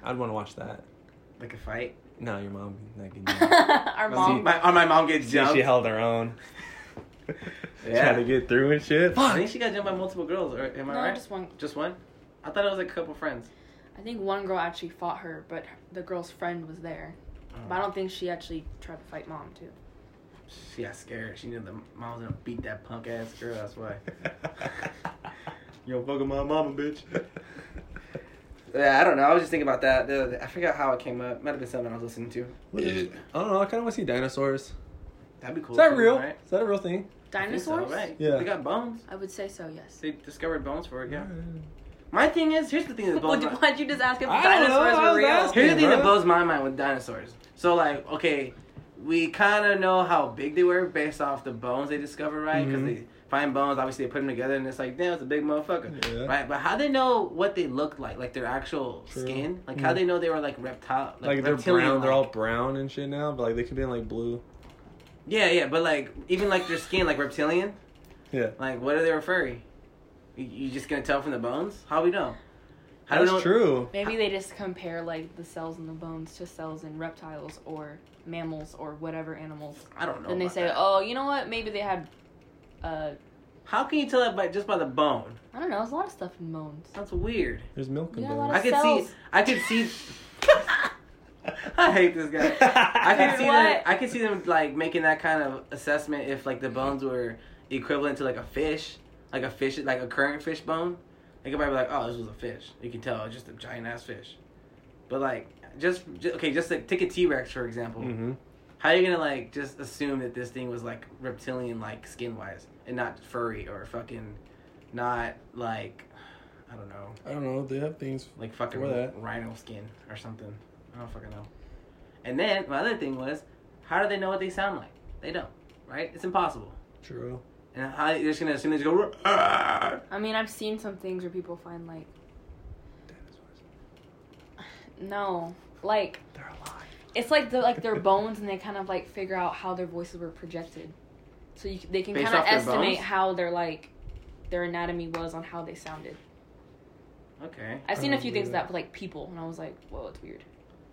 Speaker 1: I'd want to watch that.
Speaker 2: Like a fight.
Speaker 1: No, your mom. Like,
Speaker 3: Yeah. Our
Speaker 2: Was
Speaker 3: mom.
Speaker 2: he- my, oh, my mom gets
Speaker 1: she,
Speaker 2: jumped.
Speaker 1: she held her own.
Speaker 2: Yeah.
Speaker 1: Trying to get through and shit.
Speaker 2: I think she got jumped by multiple girls. Or, am I
Speaker 3: no,
Speaker 2: right? Just,
Speaker 3: just one.
Speaker 2: one? I thought it was like a couple friends.
Speaker 3: I think one girl actually fought her, but the girl's friend was there. But I
Speaker 2: Oh.
Speaker 3: don't think she actually tried to fight mom too.
Speaker 2: She got scared. She knew the mom was gonna beat that punk ass girl. That's why. You don't fucking my mama, bitch. Yeah, I don't know. I was just thinking about that. The other day. I forgot how it came up. Might have been something I was listening to.
Speaker 1: I don't know. I kind of want to see dinosaurs.
Speaker 2: That'd be cool.
Speaker 1: Is that
Speaker 2: too,
Speaker 1: real?
Speaker 2: Right?
Speaker 1: Is that a real thing?
Speaker 2: I think so,
Speaker 3: Dinosaurs?
Speaker 2: right?
Speaker 1: Yeah.
Speaker 2: They got bones.
Speaker 3: I would say so. Yes.
Speaker 2: They discovered bones for it. Yeah. My thing is, here's the thing that blows
Speaker 3: Would you,
Speaker 2: my
Speaker 3: why'd you just ask if
Speaker 1: I don't know,
Speaker 3: dinosaurs
Speaker 1: I
Speaker 3: were
Speaker 1: was
Speaker 3: real?
Speaker 1: asking.
Speaker 2: Here's the thing that
Speaker 1: Bruh.
Speaker 2: blows my mind with dinosaurs. So like, okay, we kind of know how big they were based off the bones they discovered, right? Because
Speaker 1: Mhm.
Speaker 2: they find bones, obviously they put them together, and it's like, damn, it's a big motherfucker,
Speaker 1: Yeah.
Speaker 2: right? But how they know what they looked like, like their actual
Speaker 1: True.
Speaker 2: skin, like how
Speaker 1: Mhm.
Speaker 2: they know they were like reptile, like,
Speaker 1: Like they're
Speaker 2: reptilian,
Speaker 1: brown, they're
Speaker 2: like-
Speaker 1: all brown and shit now, but like they could be in like blue.
Speaker 2: yeah, yeah. But like even like their skin, like reptilian,
Speaker 1: Yeah,
Speaker 2: like what are they furry? You, you just gonna tell from the bones? How we know? How do we
Speaker 1: that's
Speaker 2: know?
Speaker 1: true.
Speaker 3: Maybe they just compare like the cells in the bones to cells in reptiles or mammals or whatever animals.
Speaker 2: I don't know.
Speaker 3: Then they
Speaker 2: about
Speaker 3: say,
Speaker 2: that.
Speaker 3: oh, you know what? Maybe they had, uh,
Speaker 2: how can you tell that by just by the bone?
Speaker 3: I don't know. There's a lot of stuff in bones.
Speaker 2: That's weird.
Speaker 1: There's milk in
Speaker 3: Yeah, a lot
Speaker 1: there.
Speaker 2: I could see.
Speaker 3: Cells.
Speaker 2: I could see. I hate this guy. I could see them.
Speaker 3: What?
Speaker 2: I could see them like making that kind of assessment if like the bones were equivalent to like a fish, like a fish, like a current fish bone. They could probably be like, oh, this was a fish. You can tell it's just a giant ass fish. But like, just, just okay, just like take a T Rex for example.
Speaker 1: Mm-hmm.
Speaker 2: How are you gonna like just assume that this thing was like reptilian like skin wise and not furry or fucking, not like, I don't know
Speaker 1: I don't know. They have things.
Speaker 2: like fucking
Speaker 1: For that.
Speaker 2: rhino skin or something. I don't fucking know. And then my other thing was, how do they know what they sound like? They don't, right? It's impossible.
Speaker 1: True.
Speaker 2: And how they're just gonna assume they just go. "Argh."
Speaker 3: I mean, I've seen some things where people find like, no, like
Speaker 1: They're alive.
Speaker 3: it's like the like their bones, and they kind of like figure out how their voices were projected, so you, c- they can
Speaker 2: Based
Speaker 3: kind of
Speaker 2: off their
Speaker 3: estimate
Speaker 2: bones?
Speaker 3: how their like their anatomy was on how they sounded.
Speaker 2: Okay.
Speaker 3: I've
Speaker 1: I
Speaker 3: seen a
Speaker 1: don't
Speaker 3: few
Speaker 1: believe
Speaker 3: things
Speaker 1: that.
Speaker 3: that for like people, and I was like, whoa, it's weird.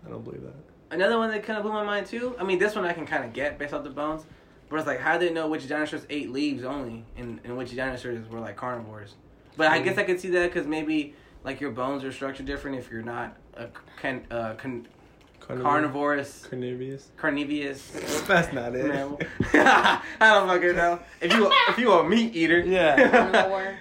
Speaker 1: I don't believe that.
Speaker 2: Another one that kind of blew my mind too. I mean, this one I can kind of get based off the bones, but it's like, how do they know which dinosaurs ate leaves only, and, and which dinosaurs were like carnivores? But I guess I could see that because maybe like your bones are structured different if you're not a can, uh, can, carnivorous
Speaker 1: Carnivorous.
Speaker 2: carnivorous.
Speaker 1: That's not it.
Speaker 2: mammal. I don't fucking know. If you if you a meat eater,
Speaker 1: Yeah.
Speaker 3: Or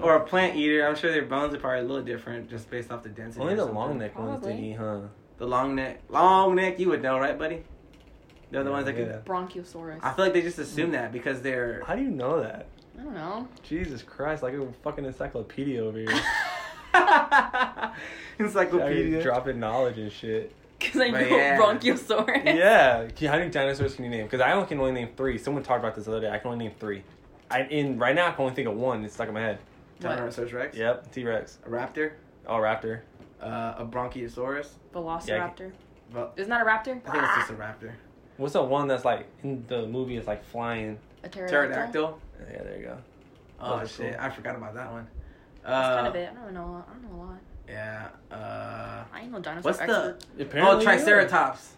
Speaker 2: or a plant eater, I'm sure their bones are probably a little different just based off the density.
Speaker 1: Only
Speaker 2: or
Speaker 1: the
Speaker 2: something.
Speaker 1: long neck ones they
Speaker 3: Probably.
Speaker 1: eat, huh?
Speaker 2: the long neck, long neck. You would know, right, buddy? They're the
Speaker 1: Yeah,
Speaker 2: ones that
Speaker 1: yeah.
Speaker 2: could.
Speaker 3: Bronchiosaurus.
Speaker 2: I feel like they just assume that because they're.
Speaker 1: How do you know that?
Speaker 3: I don't know.
Speaker 1: Jesus Christ! Like a fucking encyclopedia over here.
Speaker 2: Encyclopedia.
Speaker 1: dropping knowledge and shit.
Speaker 3: Because I know
Speaker 2: But yeah.
Speaker 3: Bronchiosaurus.
Speaker 1: Yeah. How many dinosaurs can you name? Because I only can only name three. Someone talked about this the other day. I can only name three. I in right now I can only think of one. It's stuck in my head.
Speaker 2: Tyrannosaurus Rex.
Speaker 1: Yep. T Rex.
Speaker 2: A raptor.
Speaker 1: Oh, raptor.
Speaker 2: Uh, a bronchiosaurus.
Speaker 3: Velociraptor.
Speaker 2: Vel-
Speaker 3: Isn't that a raptor?
Speaker 2: I think it's just a raptor.
Speaker 1: What's the one that's like in the movie is like flying?
Speaker 3: a pterodactyl.
Speaker 2: Pterodactyl.
Speaker 1: Yeah, there you go.
Speaker 2: Oh
Speaker 1: Those are
Speaker 2: shit!
Speaker 1: cool.
Speaker 2: I forgot about that one. Uh,
Speaker 3: That's kind of it. I don't know. I don't know a lot.
Speaker 2: Yeah. Uh,
Speaker 3: I ain't no dinosaur
Speaker 2: what's the?
Speaker 3: expert.
Speaker 2: Oh, Triceratops.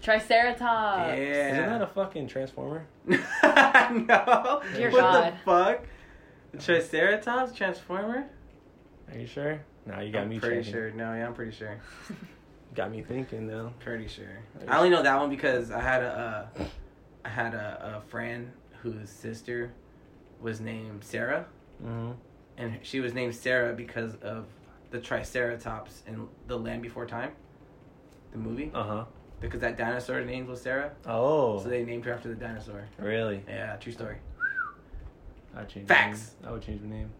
Speaker 3: Triceratops.
Speaker 2: yeah.
Speaker 1: Isn't that a fucking transformer?
Speaker 2: no.
Speaker 1: Dear
Speaker 2: what
Speaker 3: God.
Speaker 2: the fuck? Triceratops? Transformer?
Speaker 1: Are you sure? Nah, you got
Speaker 2: I'm
Speaker 1: me
Speaker 2: pretty
Speaker 1: checking.
Speaker 2: sure. No, yeah, I'm pretty sure.
Speaker 1: Got me thinking now.
Speaker 2: Pretty sure.
Speaker 1: Pretty
Speaker 2: I only know that one because I had a, uh, I had a, a friend whose sister was named Sarah,
Speaker 1: Mm-hmm.
Speaker 2: and she was named Sarah because of the Triceratops in The Land Before Time, the movie,
Speaker 1: Uh huh.
Speaker 2: because that dinosaur name was Sarah,
Speaker 1: Oh,
Speaker 2: so they named her after the dinosaur.
Speaker 1: really?
Speaker 2: Yeah, true story.
Speaker 1: I would change.
Speaker 2: Facts.
Speaker 1: My name. I would change my name.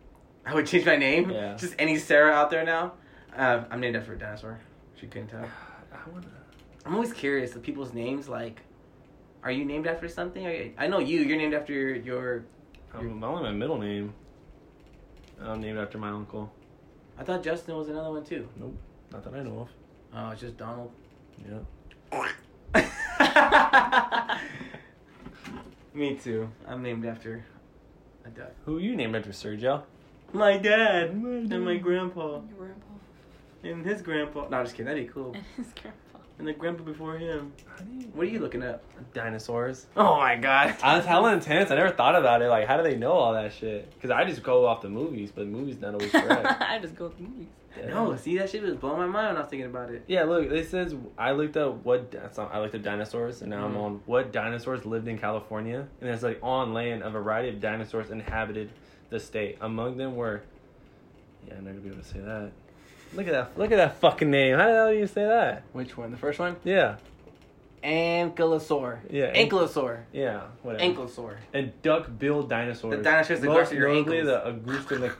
Speaker 2: I would change my name.
Speaker 1: Yeah.
Speaker 2: Just any Sarah out there now. Uh, I'm named after a dinosaur. She couldn't tell.
Speaker 1: I wanna.
Speaker 2: I'm always curious of people's names. Like, are you named after something? Are you, I know you. You're named after your. your
Speaker 1: I'm, I want my middle name. I'm named after my uncle.
Speaker 2: I thought Justin was another one too.
Speaker 1: Not that I know of.
Speaker 2: Oh, it's just Donald.
Speaker 1: Yeah.
Speaker 2: Me too. I'm named after a duck.
Speaker 1: Who you named after, Sergio?
Speaker 2: My dad
Speaker 1: and
Speaker 2: and my grandpa
Speaker 3: Your grandpa.
Speaker 2: and his grandpa. No, I'm just kidding. That'd be cool.
Speaker 3: And his grandpa.
Speaker 2: And the grandpa before him.
Speaker 1: How do you-
Speaker 2: What are you looking up?
Speaker 1: Dinosaurs.
Speaker 2: Oh my god.
Speaker 1: I was hella intense. I never thought about it. Like, how do they know all that shit? Because I just go off the movies, but the movies not always correct.
Speaker 3: I just go with movies.
Speaker 1: Yeah.
Speaker 2: No, see that shit was blowing my mind when I was thinking about it.
Speaker 1: Yeah, look, it says I looked up what di- so I looked up dinosaurs, and now I'm
Speaker 2: Mhm.
Speaker 1: on what dinosaurs lived in California, and it's like on land a variety of dinosaurs inhabited the state. Among them were, yeah, I'm not gonna be able to say that. Look at that! Look at that fucking name. How the hell do you say that?
Speaker 2: Which one? The first one?
Speaker 1: Yeah,
Speaker 2: Ankylosaur.
Speaker 1: Yeah, ank-
Speaker 2: Ankylosaur.
Speaker 1: yeah, whatever.
Speaker 2: Ankylosaur.
Speaker 1: And duck-billed dinosaurs.
Speaker 2: The dinosaurs that go
Speaker 1: Most
Speaker 2: after your
Speaker 1: notably
Speaker 2: ankles.
Speaker 1: the Augusta,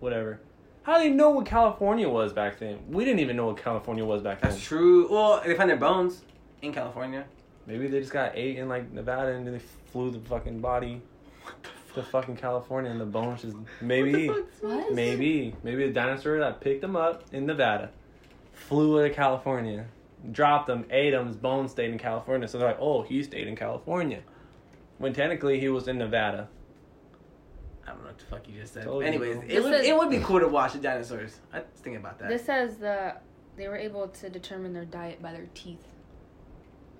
Speaker 1: whatever. How do they know what California was back then? We didn't even know what California was back
Speaker 2: That's
Speaker 1: then.
Speaker 2: true. Well, they find their bones in California.
Speaker 1: Maybe they just got ate in like Nevada and then they flew the fucking body to fucking California and the bones just maybe
Speaker 3: What?
Speaker 1: maybe maybe a dinosaur that picked them up in Nevada flew to California, dropped them, ate them, his bones stayed in California. So they're like, oh, he stayed in California, when technically he was in Nevada.
Speaker 2: I don't know what the fuck you just said.
Speaker 1: Told you,
Speaker 2: Anyways,
Speaker 1: bro.
Speaker 2: it would,
Speaker 3: This is-
Speaker 2: it would be cool to watch the dinosaurs. I was thinking about that.
Speaker 3: This says the they were able to determine their diet by their teeth.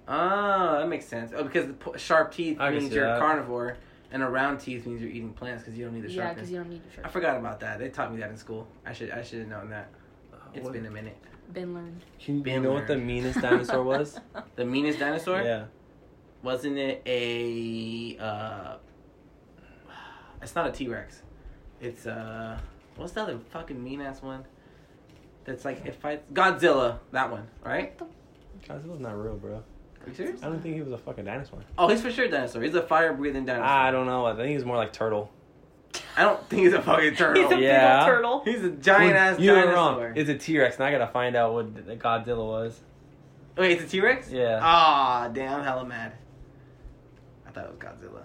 Speaker 2: Ah, that makes sense. Oh, because the po- sharp teeth
Speaker 1: I can
Speaker 2: means
Speaker 1: see
Speaker 2: you're
Speaker 1: that.
Speaker 2: a carnivore, and a round teeth means you're eating plants because you don't need the
Speaker 3: yeah,
Speaker 2: sharpness.
Speaker 3: because you don't need to
Speaker 2: I
Speaker 3: sharpen.
Speaker 2: forgot about that. They taught me that in school. I should I should have known that. It's been a minute.
Speaker 3: Been learned.
Speaker 1: Can you
Speaker 2: been
Speaker 1: know what the
Speaker 2: learned.
Speaker 1: meanest dinosaur was?
Speaker 2: The meanest dinosaur?
Speaker 1: yeah,
Speaker 2: Wasn't it a? uh It's not a T Rex. It's uh, what's the other fucking mean ass one? That's like it fights Godzilla. That one, right?
Speaker 3: What
Speaker 1: Godzilla's not real, bro.
Speaker 2: Are you serious?
Speaker 1: I don't think he was a fucking dinosaur.
Speaker 2: Oh, he's for sure a dinosaur. He's a fire breathing dinosaur.
Speaker 1: I don't know. I think he was more like turtle.
Speaker 2: I don't think he's a fucking
Speaker 3: the- He's a
Speaker 2: turtle.
Speaker 3: big
Speaker 1: Yeah.
Speaker 3: old turtle.
Speaker 2: He's a giant ass
Speaker 1: You
Speaker 2: dinosaur.
Speaker 1: were wrong. It's a T Rex, and I gotta find out what the Godzilla was.
Speaker 2: Wait, it's a T Rex?
Speaker 1: Yeah.
Speaker 2: Ah, damn, hella mad. I thought it was Godzilla.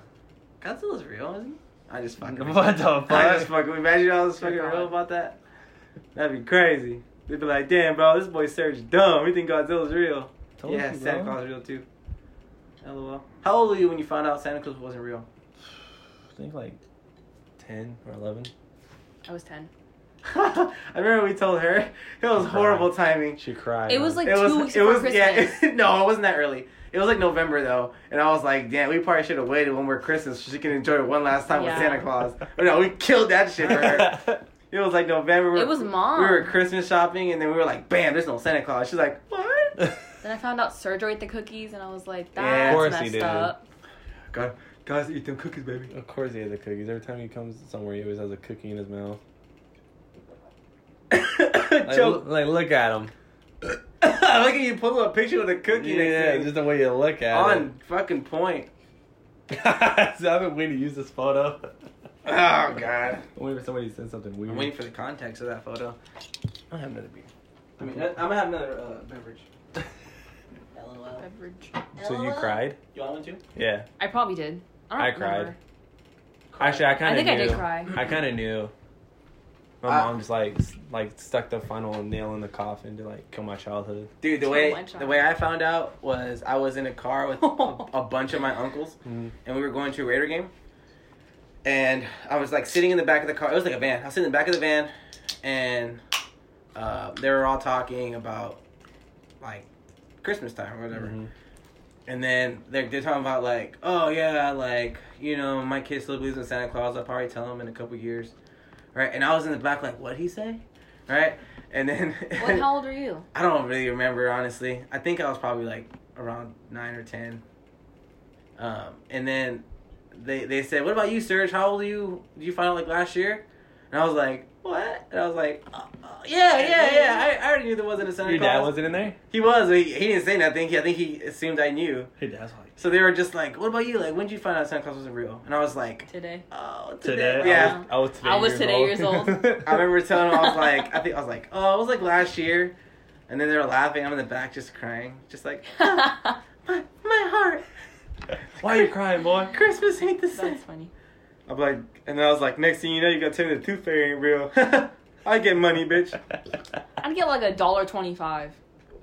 Speaker 2: Godzilla's real, isn't he? I just fucking.
Speaker 1: What the
Speaker 2: I
Speaker 1: fuck?
Speaker 2: just fucking. Imagine I was fucking real about that. That'd be crazy. They'd be like, damn, bro, this boy Serge dumb. He think Godzilla's real.
Speaker 1: Told
Speaker 2: yeah,
Speaker 1: you,
Speaker 2: Santa
Speaker 1: bro.
Speaker 2: Claus real too. LOL. How old were you when you found out Santa Claus wasn't real?
Speaker 1: I think like ten or eleven.
Speaker 3: I was ten.
Speaker 2: I remember we told her it was horrible timing.
Speaker 1: She cried.
Speaker 3: It
Speaker 1: huh?
Speaker 3: was like
Speaker 2: it
Speaker 3: two
Speaker 2: was,
Speaker 3: weeks
Speaker 2: it
Speaker 3: before
Speaker 2: was,
Speaker 3: Christmas.
Speaker 2: Yeah, no, it wasn't that early. It was like November though, and I was like, damn, we probably should have waited one more Christmas so she can enjoy it one last time
Speaker 3: Yeah.
Speaker 2: with Santa Claus. But no, we killed that shit for her. it was like November. we
Speaker 3: It was mom.
Speaker 2: We were Christmas shopping, and then we were like, bam, there's no Santa Claus. She's like, what?
Speaker 3: Then I found out Sergio ate the cookies, and I was like,
Speaker 2: Yeah.
Speaker 3: that's
Speaker 2: Of
Speaker 1: course he
Speaker 3: messed
Speaker 1: did.
Speaker 3: up.
Speaker 2: God, guys, eat them cookies, baby.
Speaker 1: of course, he had the cookies. Every time he comes somewhere, he always has a cookie in his mouth. Like,
Speaker 2: Joke.
Speaker 1: l- like look at him.
Speaker 2: I like how you pull up a picture with a cookie
Speaker 1: Yeah,
Speaker 2: next to
Speaker 1: just
Speaker 2: it.
Speaker 1: the way you look at him.
Speaker 2: On fucking point.
Speaker 1: so I've been waiting to use this photo.
Speaker 2: Oh god.
Speaker 1: I'm waiting for somebody to send something weird.
Speaker 2: I'm waiting for the context of that photo.
Speaker 1: I have another beer.
Speaker 2: I mean, I- I'm gonna have another uh, beverage. LOL.
Speaker 3: Beverage.
Speaker 1: So you cried?
Speaker 2: You want one too?
Speaker 1: Yeah.
Speaker 3: I probably did. I, don't
Speaker 1: I cried.
Speaker 3: remember.
Speaker 1: Actually, I kind
Speaker 3: I
Speaker 1: of.
Speaker 3: think
Speaker 1: knew.
Speaker 3: I did cry.
Speaker 1: I kind of knew. My
Speaker 2: I-
Speaker 1: mom just like s- like stuck the final nail in the coffin to like kill my childhood.
Speaker 2: Dude, the
Speaker 3: Kill
Speaker 2: way
Speaker 3: one child.
Speaker 2: the way I found out was I was in a car with a, a bunch of my uncles,
Speaker 1: Mhm.
Speaker 2: and we were going to a Raider game. And I was like sitting in the back of the car. It was like a van. I was sitting in the back of the van, and uh, they were all talking about like Christmas time or whatever.
Speaker 1: Mhm.
Speaker 2: And then they're, they're talking about like, oh yeah, like you know, my kid still believes in Santa Claus. I'll probably tell him in a couple years, right? And I was in the back like, what would he say, right? And then
Speaker 3: What? How old are you?
Speaker 2: I don't really remember honestly. I think I was probably like around nine or ten. Um, and then they they said, "What about you, Serge? How old are you? Did you find out like last year?" And I was like, "What?" And I was like, uh, uh, "Yeah, yeah, yeah. I, I already knew there wasn't a Santa
Speaker 1: Your
Speaker 2: Claus."
Speaker 1: dad wasn't in there.
Speaker 2: He was. but He, he didn't say nothing. He, I think he assumed I knew.
Speaker 1: Your dad's like.
Speaker 2: So they were just like, "What about you? Like, when did you find out Santa Claus wasn't real?" And I was like,
Speaker 3: Today.
Speaker 2: "Oh, today."
Speaker 1: Today,
Speaker 2: Yeah.
Speaker 1: I was, I
Speaker 3: I
Speaker 1: was
Speaker 3: was
Speaker 1: today, years, old.
Speaker 2: I remember telling him I was like, I think I was like, oh, it was like last year, and then they were laughing. I'm in the back just crying, just like my my heart.
Speaker 1: Why are you crying, boy?
Speaker 2: Christmas ain't the same.
Speaker 3: That's funny.
Speaker 2: I'm like, and then I was like, next thing you know, you got to tell me the tooth fairy ain't real. I get money, bitch.
Speaker 3: I'd get like a dollar twenty-five.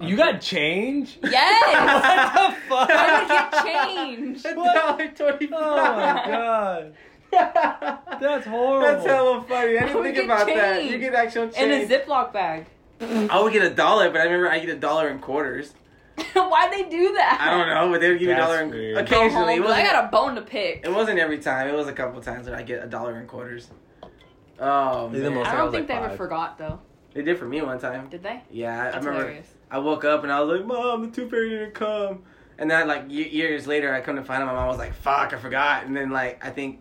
Speaker 1: you got change?
Speaker 3: Yes.
Speaker 1: what the fuck?
Speaker 3: I would get change.
Speaker 2: A
Speaker 1: What?
Speaker 2: dollar twenty
Speaker 1: Oh my
Speaker 2: five.
Speaker 1: god,
Speaker 2: That's
Speaker 1: that's horrible.
Speaker 2: That's hella funny. I didn't
Speaker 3: We
Speaker 2: think
Speaker 3: get
Speaker 2: about that. You
Speaker 3: change.
Speaker 2: get actual
Speaker 3: In a
Speaker 2: change.
Speaker 3: Ziploc bag.
Speaker 2: I would get a dollar, but I remember I get a dollar in quarters.
Speaker 3: Why'd they do that?
Speaker 2: I don't know, but they would give you a
Speaker 1: That's
Speaker 2: dollar in
Speaker 1: weird.
Speaker 3: Go home,
Speaker 2: occasionally. It
Speaker 3: be like,
Speaker 2: wasn't-
Speaker 3: I got a bone to pick.
Speaker 2: It wasn't every time. It was a couple times that I get a dollar in quarters. Oh,
Speaker 1: These are
Speaker 2: man.
Speaker 1: most-
Speaker 3: I
Speaker 1: I was
Speaker 3: don't
Speaker 1: like
Speaker 3: think they ever
Speaker 1: five.
Speaker 3: forgot though.
Speaker 2: they did for me one time.
Speaker 3: Did they?
Speaker 2: Yeah, I- I
Speaker 3: That's
Speaker 2: remember.
Speaker 3: hilarious.
Speaker 2: I woke up and I was like, "Mom, the tooth fairy didn't come." And then, like y- years later, I come to find out my mom was like, "Fuck, I forgot." And then, like, I think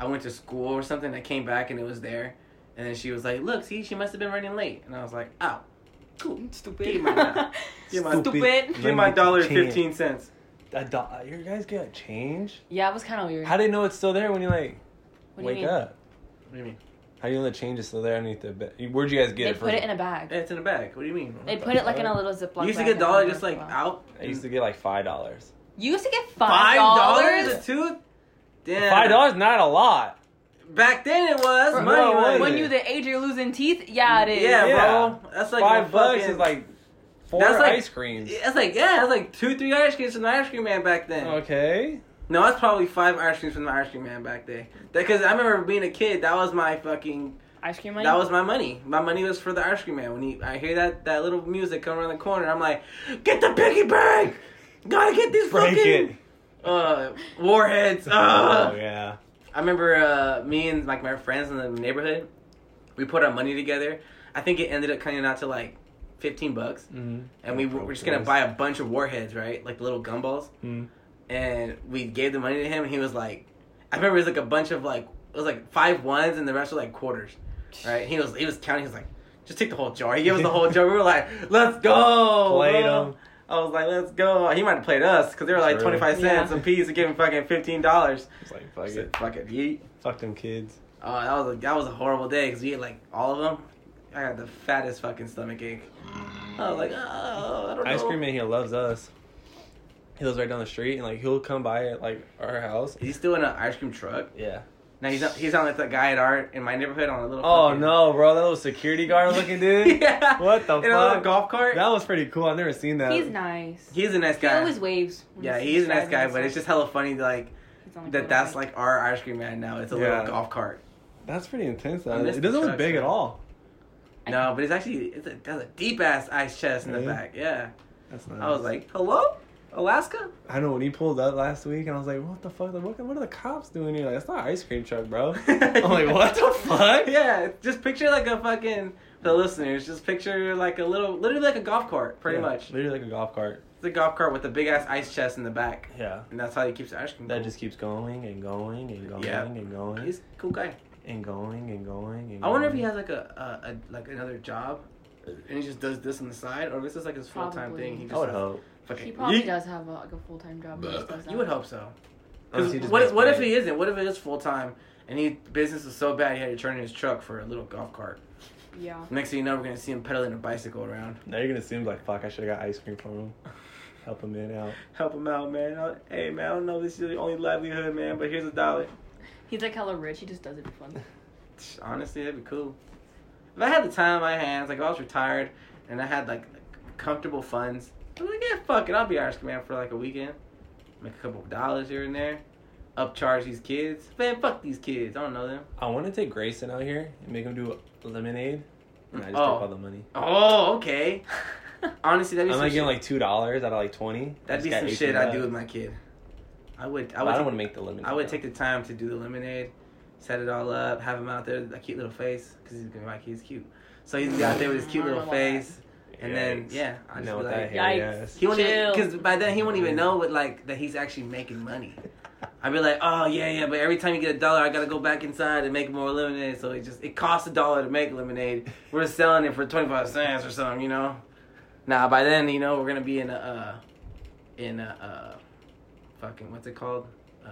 Speaker 2: I went to school or something. I came back and it was there. And then she was like, "Look, see, she must have been running late." And I was like, "Oh, cool, Give me my, give my,
Speaker 3: Stupid.
Speaker 2: give me my dollar and fifteen cents."
Speaker 1: A do- your guys got change?
Speaker 3: Yeah, it was kind of weird.
Speaker 1: How do they know it's still there when you like
Speaker 3: What do you
Speaker 1: wake
Speaker 3: mean?
Speaker 1: up?
Speaker 2: What do you mean?
Speaker 1: How you gonna change it so they're underneath the bed? Where'd you guys get
Speaker 3: they
Speaker 1: it from?
Speaker 3: put it in a bag.
Speaker 2: It's in a bag. What do you mean?
Speaker 3: They put it like in a little Ziploc.
Speaker 2: You used to
Speaker 3: bag
Speaker 2: get
Speaker 3: and
Speaker 2: dollar
Speaker 3: put it
Speaker 2: just
Speaker 3: in a
Speaker 2: like
Speaker 3: Ziploc.
Speaker 2: out.
Speaker 1: I used to get like five dollars.
Speaker 3: You used to get
Speaker 2: five dollars a
Speaker 3: $5?
Speaker 2: tooth. Damn.
Speaker 1: Five dollars, not a lot.
Speaker 2: Back then it was
Speaker 3: For-
Speaker 2: money.
Speaker 1: No, it
Speaker 2: money.
Speaker 1: wasn't.
Speaker 3: When you the age you're losing teeth, yeah, it is.
Speaker 2: Yeah,
Speaker 1: Yeah.
Speaker 2: bro. That's like
Speaker 1: five
Speaker 2: a
Speaker 1: bucks
Speaker 2: fucking-
Speaker 1: is like four
Speaker 2: That's like-
Speaker 1: ice creams.
Speaker 2: That's like yeah, that's like two, three ice creams from the ice cream man back then.
Speaker 1: Okay.
Speaker 2: No, that's probably five ice creams from the ice cream man back then. Because I remember being a kid, that was my fucking,
Speaker 3: Ice cream money.
Speaker 2: that was my money. My money was for the ice cream man. When he, I hear that that little music come around the corner, I'm like, get the piggy bank, gotta get these
Speaker 1: Break
Speaker 2: fucking
Speaker 1: it.
Speaker 2: uh warheads.
Speaker 1: Oh
Speaker 2: Uh.
Speaker 1: yeah.
Speaker 2: I remember uh, me and like my friends in the neighborhood, we put our money together. I think it ended up coming out to like fifteen bucks,
Speaker 1: Mm-hmm.
Speaker 2: and we were we're just gonna buy a bunch of warheads, right? Like little gumballs,
Speaker 1: Mm.
Speaker 2: and we gave the money to him, and he was like, I remember it was like a bunch of like it was like five ones, and the rest were like quarters, right? He was he was counting. He was like, just take the whole jar. He gave us the whole jar. We were like, let's go.
Speaker 1: Played
Speaker 2: bro."
Speaker 1: 'em.
Speaker 2: I was like, let's go. He might have played us because they were like
Speaker 1: True.
Speaker 2: twenty five cents
Speaker 3: Yeah.
Speaker 2: a piece. We gave him fucking fifteen dollars.
Speaker 1: It's like fuck it.
Speaker 2: Said, fuck it, yeet.
Speaker 1: Fuck them kids.
Speaker 2: Oh, that was a, that was a horrible day because we ate like all of them. I had the fattest fucking stomach ache. I was like, oh, I don't know.
Speaker 1: Ice cream man here loves us. He lives right down the street and like he'll come by at like our house.
Speaker 2: Is he still in an ice cream truck?
Speaker 1: Yeah.
Speaker 2: No, he's not. He's on like that guy at art in my neighborhood on a little.
Speaker 1: Oh
Speaker 2: fucking-
Speaker 1: no, bro! That little security guard looking dude.
Speaker 2: yeah.
Speaker 1: What the
Speaker 2: in a little
Speaker 1: fuck?
Speaker 2: golf cart.
Speaker 1: That was pretty cool. I've never seen that.
Speaker 3: He's nice.
Speaker 2: He's a nice
Speaker 3: He
Speaker 2: guy.
Speaker 3: always waves. when
Speaker 2: yeah,
Speaker 3: he's
Speaker 2: he's a nice guy,
Speaker 3: driving,
Speaker 2: but
Speaker 3: so
Speaker 2: it's just hella funny like
Speaker 3: he's on the
Speaker 2: that.
Speaker 3: road.
Speaker 2: That's like our ice cream man now. It's a
Speaker 1: Yeah.
Speaker 2: little golf cart.
Speaker 1: That's pretty intense. Though.
Speaker 2: I miss
Speaker 1: It doesn't
Speaker 2: the
Speaker 1: look big
Speaker 2: trucks,
Speaker 1: at
Speaker 2: man.
Speaker 1: all.
Speaker 2: No, but it's actually it's a, that's a deep ass ice chest in the
Speaker 1: Really?
Speaker 2: back. Yeah,
Speaker 1: That's nice.
Speaker 2: I was like, hello, Alaska.
Speaker 1: I know when he pulled up last week, and I was like, "What the fuck? Like, what, what are the cops doing here? Like, that's not an ice cream truck, bro." I'm like, "What the fuck?"
Speaker 2: Yeah, just picture like a fucking for the listeners. Just picture like a little, literally like a golf cart, pretty
Speaker 1: Yeah,
Speaker 2: much.
Speaker 1: Literally like a golf cart.
Speaker 2: It's a golf cart with a big ass ice chest in the back,
Speaker 1: Yeah.
Speaker 2: and that's how he keeps the ice cream.
Speaker 1: That
Speaker 2: cool.
Speaker 1: just keeps going and going and going
Speaker 2: Yeah.
Speaker 1: and going
Speaker 2: he's a cool guy.
Speaker 1: and going and going. And
Speaker 2: I wonder if
Speaker 1: going.
Speaker 2: he has like a, a, a like another job, and he just does this on the side, or this is like his full time
Speaker 3: Probably.
Speaker 2: thing. He just
Speaker 1: I would hope.
Speaker 2: fucking-
Speaker 3: He probably
Speaker 2: Yeet.
Speaker 3: does have a, like a full time job. he just does that.
Speaker 2: You would hope so. 'Cause
Speaker 1: Unless he just
Speaker 2: What,
Speaker 1: gets
Speaker 2: what if
Speaker 1: paid.
Speaker 2: he isn't? What if it is full time and he business was so bad he had to turn in his truck for a little golf cart?
Speaker 3: Yeah.
Speaker 2: Next thing you know, we're gonna see him pedaling a bicycle around.
Speaker 1: Now you're gonna seem like, "Fuck! I should have got ice cream for him. Help him in out."
Speaker 2: Help him out, man. I, hey, man, I don't know this is your only livelihood, man, but here's a dollar.
Speaker 3: He's like hella rich. He just does it for fun.
Speaker 2: Tch, Honestly, that'd be cool. If I had the time on my hands, like if I was retired and I had like comfortable funds, I'm like, yeah, fuck it, I'll be Irish man for like a weekend, make a couple of dollars here and there, upcharge these kids. Man, fuck these kids. I don't know them.
Speaker 1: I want to take Grayson out here and make him do lemonade, and I just
Speaker 2: Oh.
Speaker 1: take all the money.
Speaker 2: Oh, okay. Honestly, that'd
Speaker 1: I'm like
Speaker 2: be some shit.
Speaker 1: getting like two dollars out of like twenty.
Speaker 2: that'd be
Speaker 1: Just
Speaker 2: some
Speaker 1: got
Speaker 2: shit I'd do
Speaker 1: $18.
Speaker 2: with my kid. I would.
Speaker 1: But
Speaker 2: I
Speaker 1: I,
Speaker 2: would.
Speaker 1: don't want to make the lemonade.
Speaker 2: I would take the time to do the lemonade, set it all up, have him out there with a cute little face, because he's gonna be like, he's cute. So he's out there with his cute little face, and then yeah, I just
Speaker 1: know
Speaker 2: be
Speaker 1: what that
Speaker 2: like,
Speaker 3: Yikes.
Speaker 1: hair yes.
Speaker 2: he won't
Speaker 3: Chill.
Speaker 2: because by then he won't even know what like that he's actually making money. I'd be like, oh yeah, yeah, but every time you get a dollar, I gotta go back inside and make more lemonade. So it just it costs a dollar to make lemonade. We're selling it for twenty five cents or something, you know. Now by then, you know, we're gonna be in a uh, in a uh, fucking what's it called uh,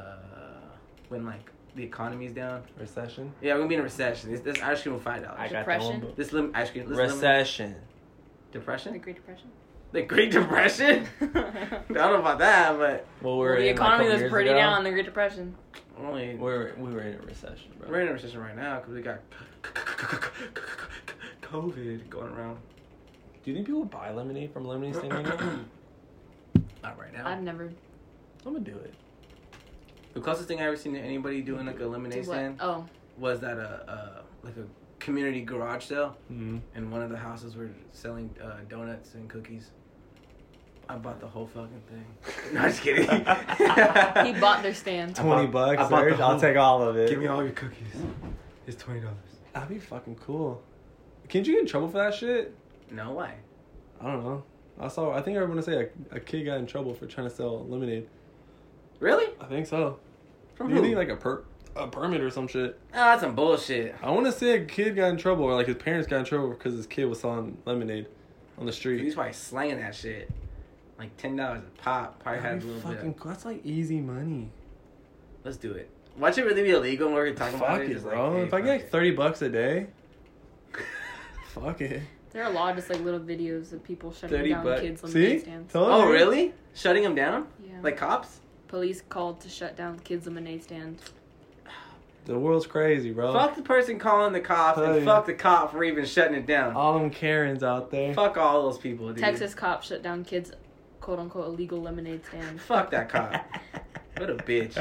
Speaker 2: when like the economy's down.
Speaker 1: Recession.
Speaker 2: Yeah, we're gonna be in a recession. This, this ice cream with five
Speaker 1: I
Speaker 2: dollars.
Speaker 1: got the
Speaker 3: Depression?
Speaker 1: one. book.
Speaker 2: This lim- ice cream. This lemon-
Speaker 1: Recession.
Speaker 3: The
Speaker 2: depression.
Speaker 3: Great Depression.
Speaker 2: The Great Depression. I don't know about that, but
Speaker 1: Well, we
Speaker 3: Well,
Speaker 1: were
Speaker 3: the
Speaker 1: in, like, a
Speaker 3: economy
Speaker 1: couple
Speaker 3: was
Speaker 1: years
Speaker 3: pretty
Speaker 1: ago.
Speaker 3: down in the Great Depression.
Speaker 2: only
Speaker 1: We were we were in a recession, bro.
Speaker 2: We're in a recession right now because we got COVID going around.
Speaker 1: Do you think people buy lemonade from lemonade stand right now?
Speaker 2: Not right
Speaker 3: I've
Speaker 2: now.
Speaker 3: never.
Speaker 1: I'm gonna do it.
Speaker 2: The closest thing I ever seen to anybody doing like a
Speaker 3: Do
Speaker 2: lemonade
Speaker 3: what?
Speaker 2: stand
Speaker 3: Oh,
Speaker 2: was at a, a like a community garage sale,
Speaker 1: Mm.
Speaker 2: and one of the houses were selling uh, donuts and cookies. I bought the whole fucking thing. No, just kidding.
Speaker 3: he bought their stand.
Speaker 1: Twenty
Speaker 2: bought- I
Speaker 1: bucks,
Speaker 2: bought the
Speaker 1: Serge. I'll
Speaker 2: whole-
Speaker 1: take all of it.
Speaker 2: Give me all your cookies. It's twenty dollars.
Speaker 1: That'd be fucking cool. Can't you get in trouble for that shit?
Speaker 2: No, why?
Speaker 1: I don't know. I saw. I think I want to say a, a kid got in trouble for trying to sell lemonade.
Speaker 2: Really?
Speaker 1: I think so.
Speaker 2: From
Speaker 1: Do you
Speaker 2: who?
Speaker 1: think like a per a permit or some shit?
Speaker 2: oh, that's some bullshit.
Speaker 1: I want to say a kid got in trouble or like his parents got in trouble because his kid was selling lemonade on the
Speaker 2: He's
Speaker 1: street.
Speaker 2: probably slanging that shit. Like ten dollars a pop. Probably had a
Speaker 1: That'd be
Speaker 2: little bit.
Speaker 1: fucking
Speaker 2: of-
Speaker 1: cool. That's like easy money.
Speaker 2: Let's do it. Why should it really be illegal when we're talking
Speaker 1: Fuck
Speaker 2: about it?
Speaker 1: it,
Speaker 2: Just
Speaker 1: bro.
Speaker 2: hey,
Speaker 1: if I
Speaker 2: fuck
Speaker 1: get like
Speaker 2: it.
Speaker 1: thirty bucks a day, fuck it.
Speaker 3: There are a lot of just like little videos of people shutting
Speaker 4: 30
Speaker 3: down
Speaker 4: bucks.
Speaker 3: kids
Speaker 1: See?
Speaker 3: lemonade stands.
Speaker 1: Told
Speaker 2: oh
Speaker 1: you.
Speaker 2: really? Shutting them down?
Speaker 3: Yeah.
Speaker 2: Like cops?
Speaker 3: police called to shut down kids lemonade stand.
Speaker 1: The world's crazy, bro.
Speaker 2: Fuck the person calling the cops
Speaker 1: Tell
Speaker 2: and
Speaker 1: you.
Speaker 2: fuck the cop for even shutting it down.
Speaker 1: All them Karens out there.
Speaker 2: Fuck all those people, dude.
Speaker 3: Texas cops shut down kids quote unquote illegal lemonade stand.
Speaker 2: Fuck that cop. What a bitch.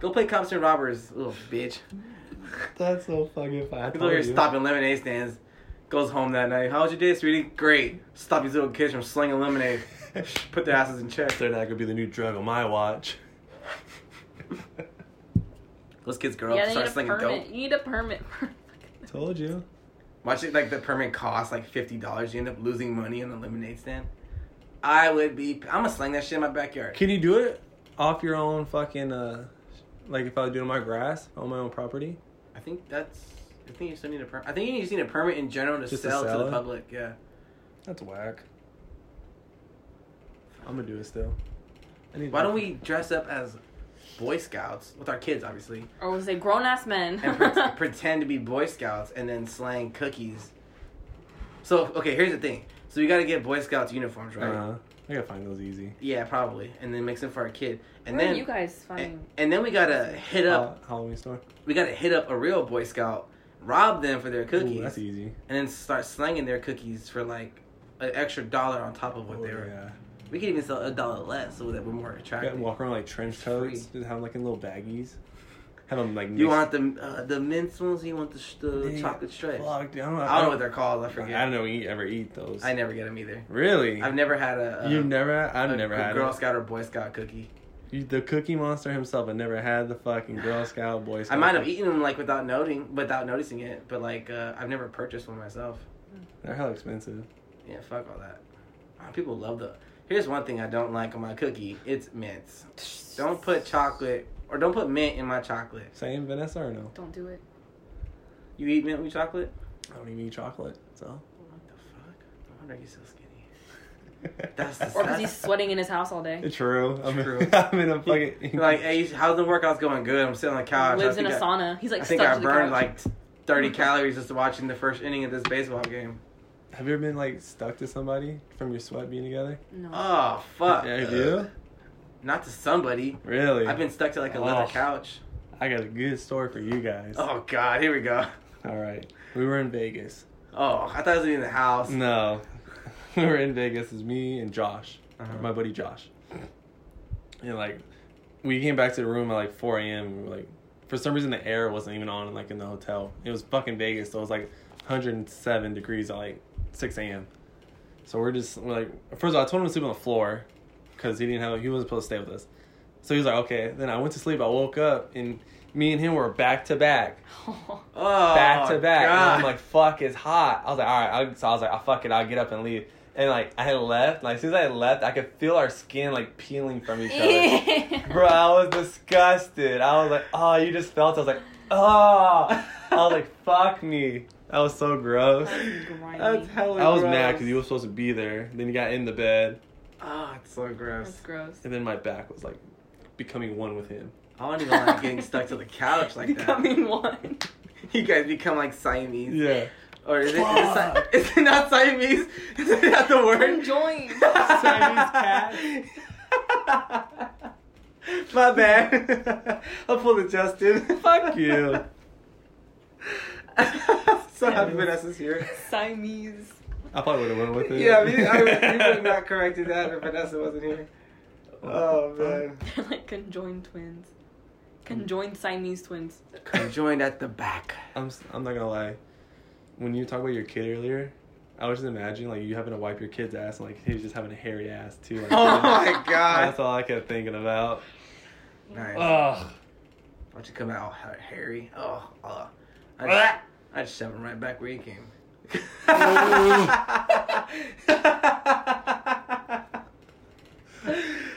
Speaker 2: Go play cops and robbers, little bitch.
Speaker 1: That's so fucking funny. I
Speaker 2: He's over here
Speaker 1: told you.
Speaker 2: stopping lemonade stands. Goes home that night. How was your day, sweetie? Great. Stop these little kids from slinging lemonade. Put their asses in check.
Speaker 1: They're not gonna be the new drug on my watch.
Speaker 2: Those kids grow up
Speaker 3: Yeah,
Speaker 2: and
Speaker 3: they need
Speaker 2: start
Speaker 3: a
Speaker 2: slinging
Speaker 3: permit.
Speaker 2: dope.
Speaker 3: You need a permit. for-
Speaker 1: Told you.
Speaker 2: Watch it like the permit costs like fifty dollars. You end up losing money on the lemonade stand. I would be. I'm gonna sling that shit in my backyard.
Speaker 1: Can you do it off your own fucking uh like if I was doing my grass on my own property?
Speaker 2: I think that's. I think you still need a permit. I think you just need a permit in general to
Speaker 1: Just to
Speaker 2: sell to,
Speaker 1: sell
Speaker 2: the
Speaker 1: it?
Speaker 2: public. Yeah.
Speaker 1: That's whack. I'm gonna do it still. I need
Speaker 2: Why don't we dress up as Boy Scouts with our kids, obviously,
Speaker 3: or was it grown ass men?
Speaker 2: and pre- pretend to be Boy Scouts and then slang cookies. So okay, here's the thing. So we gotta get Boy Scouts uniforms, right?
Speaker 1: Uh, I gotta find those easy.
Speaker 2: Yeah, probably, and then mix them for our kid, and
Speaker 3: Where are
Speaker 2: then
Speaker 3: you guys finding?
Speaker 2: and, and then we gotta hit up.
Speaker 1: Uh, Halloween store.
Speaker 2: we gotta hit up a real Boy Scout, rob them for their
Speaker 1: Ooh,
Speaker 2: cookies,
Speaker 1: that's easy.
Speaker 2: and then start slanging their cookies for like an extra dollar on top of what
Speaker 1: Oh,
Speaker 2: they were.
Speaker 1: yeah.
Speaker 2: We could even sell a dollar less so that we're more
Speaker 1: Got
Speaker 2: attractive.
Speaker 1: walk around like trench
Speaker 2: It's free.
Speaker 1: coats. Just have like in little baggies. Have them like.
Speaker 2: you
Speaker 1: mixed-
Speaker 2: want the uh, the mince ones? You want the, sh- the
Speaker 1: Yeah.
Speaker 2: chocolate stripes?
Speaker 1: Fuck, dude, I don't know.
Speaker 2: I don't know what they're called. I
Speaker 1: I
Speaker 2: forget.
Speaker 1: don't know. We ever eat those?
Speaker 2: I never get them either.
Speaker 1: really?
Speaker 2: I've never had a. uh,
Speaker 1: you never? I've
Speaker 2: a
Speaker 1: never
Speaker 2: g-
Speaker 1: had
Speaker 2: Girl
Speaker 1: it.
Speaker 2: Scout or Boy Scout cookie.
Speaker 1: You, the Cookie Monster himself. I never had the fucking Girl Scout Boy
Speaker 2: I
Speaker 1: Scout.
Speaker 2: might have eaten them like without noting, without noticing it, but like uh, I've never purchased one myself.
Speaker 1: They're hell expensive.
Speaker 2: Yeah, fuck all that. Uh, People love the. Here's one thing I don't like on my cookie. It's mints. Don't put chocolate or don't put mint in my chocolate.
Speaker 1: Same Vanessa or no?
Speaker 3: Don't do it.
Speaker 2: You eat mint with chocolate?
Speaker 1: I don't even eat chocolate, so.
Speaker 2: What the fuck? No wonder he's so skinny. That's the
Speaker 3: Or because he's
Speaker 2: that's-
Speaker 3: sweating in his house all day.
Speaker 1: True. I'm
Speaker 2: True.
Speaker 1: In, I'm in a fucking.
Speaker 2: You're like, hey, how's the workouts going? Good. I'm sitting on the couch.
Speaker 3: lives in
Speaker 2: a
Speaker 3: a sauna. He's like
Speaker 2: I think
Speaker 3: stuck
Speaker 2: I
Speaker 3: to the
Speaker 2: burned
Speaker 3: couch.
Speaker 2: like 30 calories just watching the first inning of this baseball game.
Speaker 1: Have you ever been like stuck to somebody from your sweat being together?
Speaker 3: no.
Speaker 2: Oh fuck.
Speaker 1: Yeah, you?
Speaker 2: Not to somebody.
Speaker 1: Really?
Speaker 2: I've been stuck to like a leather
Speaker 1: Oh.
Speaker 2: couch.
Speaker 1: I got a good story for you guys.
Speaker 2: Oh god, here we go.
Speaker 1: All right. We were in Vegas.
Speaker 2: Oh, I thought it was in the house.
Speaker 1: No. we were in Vegas. It's me and Josh,
Speaker 2: Uh-huh.
Speaker 1: my buddy Josh. And like, we came back to the room at like 4 a.m. We were like, for some reason, the air wasn't even on like in the hotel. It was fucking Vegas, so it was like 107 degrees at like 6 a.m. So we're just we're like, first of all, I told him to sleep on the floor because he didn't have he wasn't supposed to stay with us. So he was like, okay. Then I went to sleep. I woke up and me and him were back to back
Speaker 2: Oh,
Speaker 1: back to back. And
Speaker 2: God.
Speaker 1: I'm like, fuck, it's hot. I was like, all right. I, so I was like, I fuck it. I'll get up and leave. And like, I had left. Like, as soon as I left, I could feel our skin like peeling from each other. Bro, I was disgusted. I was like, oh, you just felt. it." I was like, oh. I was like, fuck me. That was so gross.
Speaker 3: That's grimy.
Speaker 2: That's hella
Speaker 1: I was
Speaker 2: gross.
Speaker 1: mad because you were supposed to be there. Then you got in the bed,
Speaker 2: Oh, it's so gross.
Speaker 3: That's gross.
Speaker 1: and then my back was like becoming one with him.
Speaker 2: I don't even like getting stuck to the couch like that.
Speaker 3: Becoming one.
Speaker 2: You guys become like Siamese.
Speaker 1: Yeah.
Speaker 2: Or is it, is,
Speaker 1: Fuck.
Speaker 2: it, is it not Siamese? Is it not the word?
Speaker 3: Conjoined.
Speaker 1: Siamese
Speaker 2: cat. My bad. I'll pull it, Justin.
Speaker 1: Fuck you.
Speaker 2: so happy Vanessa's here.
Speaker 3: Siamese.
Speaker 1: I probably would have went with it.
Speaker 2: Yeah, we, I, would- we would have not corrected that if Vanessa wasn't here. Oh, man.
Speaker 3: They're like conjoined twins. Conjoined Siamese twins.
Speaker 2: Conjoined at the back.
Speaker 1: I'm s- I'm not gonna lie. When you talk about your kid earlier, I was just imagining like you having to wipe your kid's ass and like he's just having a hairy ass too. Like,
Speaker 2: Oh, my
Speaker 1: that's
Speaker 2: God.
Speaker 1: all I kept thinking about.
Speaker 2: Nice.
Speaker 1: Ugh.
Speaker 2: Why don't you come out ha- hairy? Oh, oh. I just, I just shove him right back where you came. oh,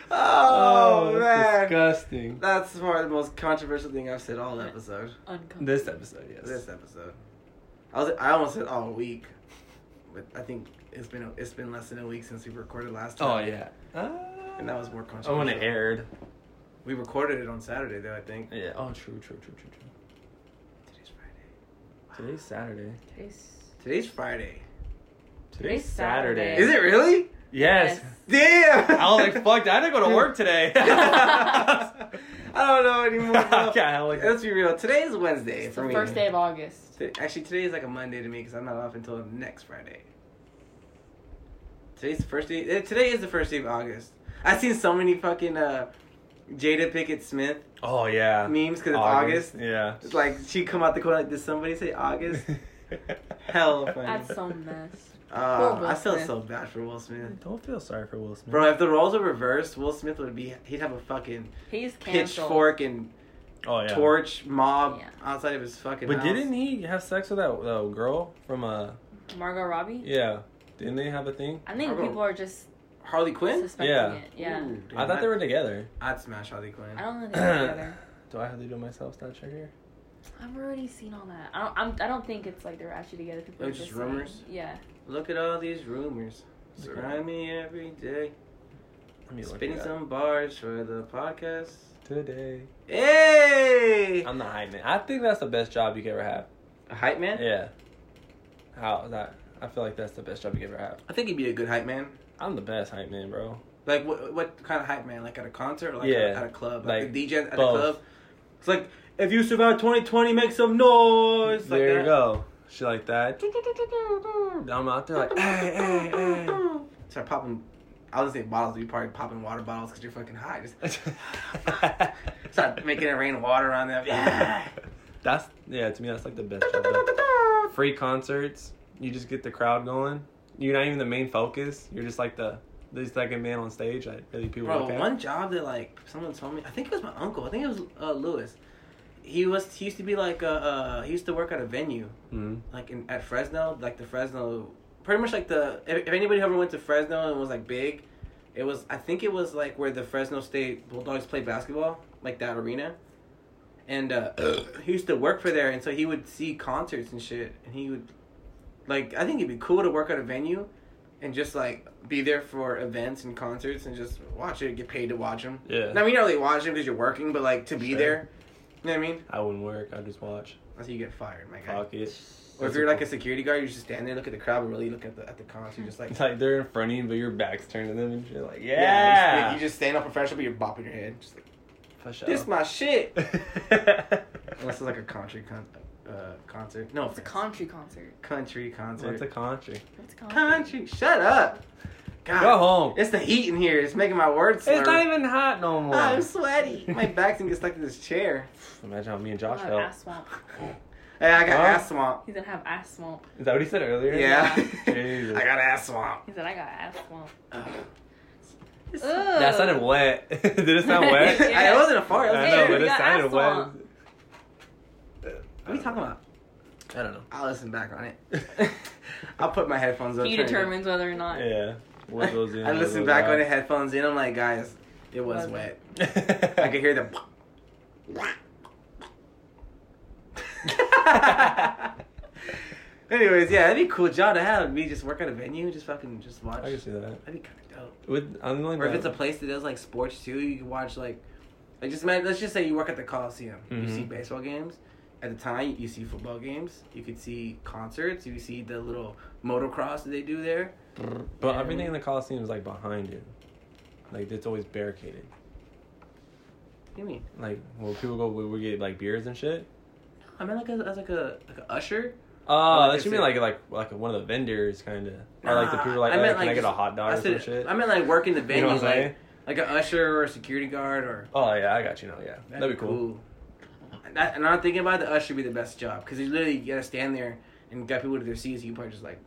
Speaker 2: man.
Speaker 1: Oh, that's disgusting.
Speaker 2: That's probably the most controversial thing I've said all episode.
Speaker 3: Uncomfortable.
Speaker 1: This episode, yes.
Speaker 2: This episode. I was I almost said all week, but I think it's been it's been less than a week since we recorded last time.
Speaker 1: oh yeah.
Speaker 2: And that was more
Speaker 1: Oh,
Speaker 2: controversial.
Speaker 1: when it aired.
Speaker 2: We recorded it on Saturday though. I think
Speaker 1: Yeah. Oh, true, true, true, true, true.
Speaker 2: today's Friday.
Speaker 1: Today's Saturday.
Speaker 3: Today's,
Speaker 2: Today's Friday.
Speaker 3: Today's Saturday.
Speaker 2: Is it really?
Speaker 1: Yes.
Speaker 2: Damn.
Speaker 1: I was like, fuck, that. I didn't go to work today.
Speaker 2: I don't know anymore. bro.
Speaker 1: Okay, I like-
Speaker 2: Let's be real. Today's Wednesday
Speaker 3: It's
Speaker 2: for
Speaker 3: the
Speaker 2: me.
Speaker 3: first day of August.
Speaker 2: Th- Actually, today is like a Monday to me because I'm not off until next Friday. Today's the first day. eh, Today is the first day of August. I've seen so many fucking uh, Jada Pickett Smith
Speaker 1: oh yeah.
Speaker 2: memes because it's August.
Speaker 1: Yeah.
Speaker 2: It's like she come out the corner like, did somebody say August? Hell funny.
Speaker 3: That's so mess.
Speaker 2: Uh,
Speaker 3: Poor Will
Speaker 2: I feel
Speaker 3: Smith.
Speaker 2: so bad for Will Smith.
Speaker 1: Don't feel sorry for Will Smith.
Speaker 2: Bro, if the roles were reversed, Will Smith would be, he'd have a fucking
Speaker 3: He's canceled.
Speaker 2: pitchfork and
Speaker 1: oh yeah.
Speaker 2: torch mob
Speaker 3: Yeah.
Speaker 2: outside of his fucking
Speaker 1: But
Speaker 2: house.
Speaker 1: didn't he have sex with that uh, girl from uh
Speaker 3: Margot Robbie.
Speaker 1: yeah? Didn't they have a thing?
Speaker 3: I think
Speaker 2: Margot-
Speaker 3: people are just
Speaker 2: Harley Quinn?
Speaker 3: suspecting
Speaker 1: Yeah.
Speaker 3: it. Yeah.
Speaker 2: Ooh, dude,
Speaker 1: I thought they were together.
Speaker 2: I'd smash Harley Quinn.
Speaker 3: I don't think they're together.
Speaker 1: Do I have to do myself stat check here?
Speaker 3: I've already seen all that. I don't. I'm, I don't think it's like they're actually together.
Speaker 2: It
Speaker 3: People are
Speaker 2: was Oh, just rumors?
Speaker 3: saying- Yeah.
Speaker 2: Look at all these rumors. Surround me every day.
Speaker 1: Let me look
Speaker 2: Spinning
Speaker 1: it up.
Speaker 2: some bars for the podcast.
Speaker 1: today.
Speaker 2: Hey!
Speaker 1: I'm the hype man. I think that's the best job you could ever have.
Speaker 2: A hype man?
Speaker 1: Yeah. How that? I feel like that's the best job you could ever have.
Speaker 2: I think he'd be a good hype man.
Speaker 1: I'm the best hype man, bro.
Speaker 2: Like what? What kind of hype man? Like at a concert or like
Speaker 1: Yeah.
Speaker 2: at, a, at a club? Like,
Speaker 1: Like,
Speaker 2: the DJ
Speaker 1: both.
Speaker 2: at the club. It's like if you survive 2020, make some noise. Like
Speaker 1: there
Speaker 2: that.
Speaker 1: you go. She like that. I'm out there like, hey, hey, hey.
Speaker 2: Start popping. I was gonna say bottles. but You probably popping water bottles because you're fucking high. Just start making it rain water on them. Yeah.
Speaker 1: That's yeah. To me, that's like the best job. Though. Free concerts. You just get the crowd going. You're not even the main focus. You're just like the the second man on stage that really people
Speaker 2: Bro,
Speaker 1: look at.
Speaker 2: one job that like someone told me. I think it was my uncle. I think it was uh, Lewis. He was. He used to be like. Uh, uh, he used to work at a venue.
Speaker 1: Mhm.
Speaker 2: like in at Fresno, like the Fresno, pretty much like the if, if anybody ever went to Fresno and was like big, it was I think it was like where the Fresno State Bulldogs played basketball, like that arena, and uh, he used to work for there, and so he would see concerts and shit, and he would, like I think it'd be cool to work at a venue, and just like be there for events and concerts and just watch it, get paid to watch them.
Speaker 1: Yeah.
Speaker 2: I mean, you don't really watch them because you're working, but like to be
Speaker 1: Sure.
Speaker 2: there, you know what I mean?
Speaker 1: I wouldn't work. I just watch.
Speaker 2: That's how you get fired, my guy.
Speaker 1: Fuck it.
Speaker 2: Or if you're like a security guard, you just stand there, look at the crowd, and really look at the at the concert, just like
Speaker 1: It's like they're in front of you, but your back's turned to them, and you're like, yeah.
Speaker 2: you, just, you just stand up professional, but you're bopping your head, just like
Speaker 1: For sure.
Speaker 2: this my shit. Unless
Speaker 1: What's
Speaker 2: it's like a country con- uh, concert. No,
Speaker 3: It's a
Speaker 2: offense.
Speaker 3: country concert.
Speaker 2: country concert.
Speaker 1: a country?
Speaker 3: What's country?
Speaker 2: country. Shut up. God,
Speaker 1: Go home.
Speaker 2: Ah. It's the heat in here. It's making my words slur.
Speaker 1: It's not even hot no more.
Speaker 2: I'm sweaty. My back's gonna get stuck to this chair.
Speaker 1: Imagine how me and
Speaker 3: He's
Speaker 1: Josh
Speaker 3: gonna have
Speaker 1: felt.
Speaker 3: ass swamp.
Speaker 2: Hey, I got
Speaker 1: Huh?
Speaker 2: ass swamp.
Speaker 3: He's gonna have ass swamp.
Speaker 1: Is that what he said earlier?
Speaker 2: Yeah.
Speaker 1: Jesus.
Speaker 2: I got ass swamp.
Speaker 3: He said, "I got ass swamp."
Speaker 2: Ugh.
Speaker 3: Ugh.
Speaker 1: That sounded wet. Did it sound wet?
Speaker 3: Yeah.
Speaker 2: I, it wasn't a fart. It was
Speaker 1: I
Speaker 2: a
Speaker 1: know,
Speaker 2: chair.
Speaker 1: but it
Speaker 3: You got
Speaker 1: sounded
Speaker 3: ass
Speaker 1: wet.
Speaker 3: on.
Speaker 2: what are you talking about?
Speaker 1: I don't know.
Speaker 2: I'll listen back on it. I'll put my headphones on.
Speaker 3: He determines whether or not.
Speaker 1: Yeah. What goes in?
Speaker 2: I
Speaker 1: what
Speaker 2: listened
Speaker 1: goes
Speaker 2: back
Speaker 1: out.
Speaker 2: on the headphones in. I'm like, guys, it was
Speaker 3: Wasn't.
Speaker 2: wet. I
Speaker 1: I
Speaker 2: could hear the. Anyways, yeah, that'd be a cool job to have. Me just work at a venue, just fucking just watch.
Speaker 1: I can see that.
Speaker 2: That'd be kind of dope.
Speaker 1: With I'm like
Speaker 2: Or if
Speaker 1: that-
Speaker 2: it's a place that does like sports too, you can watch like, like just imagine, let's just say you work at the Coliseum. You
Speaker 1: Mhm.
Speaker 2: see baseball games. At the time, you see football games. You could see concerts. You see the little motocross that they do there.
Speaker 1: But everything in the Coliseum is like behind you. Like it's always barricaded.
Speaker 2: What do you mean?
Speaker 1: Like when people go, we, we get like beers and shit.
Speaker 2: I mean, like a, as like a like a usher.
Speaker 1: Oh,
Speaker 2: like
Speaker 1: that
Speaker 2: I
Speaker 1: should mean
Speaker 2: said-
Speaker 1: like like like one of the vendors kind of, or like the
Speaker 2: Nah,
Speaker 1: people like,
Speaker 2: I
Speaker 1: "Hey,
Speaker 2: meant,
Speaker 1: can I
Speaker 2: like,
Speaker 1: get a
Speaker 2: just-
Speaker 1: hot dog
Speaker 2: I
Speaker 1: or some
Speaker 2: said,
Speaker 1: shit?
Speaker 2: I mean, like working the
Speaker 1: you
Speaker 2: venue,
Speaker 1: know what I'm saying?
Speaker 2: like like a usher or a security guard or.
Speaker 1: Oh yeah, I got you now. Yeah, that'd, be cool.
Speaker 2: And That, and I'm thinking about it, the usher would be the best job because you literally gotta stand there and get people to their seats. You probably just like,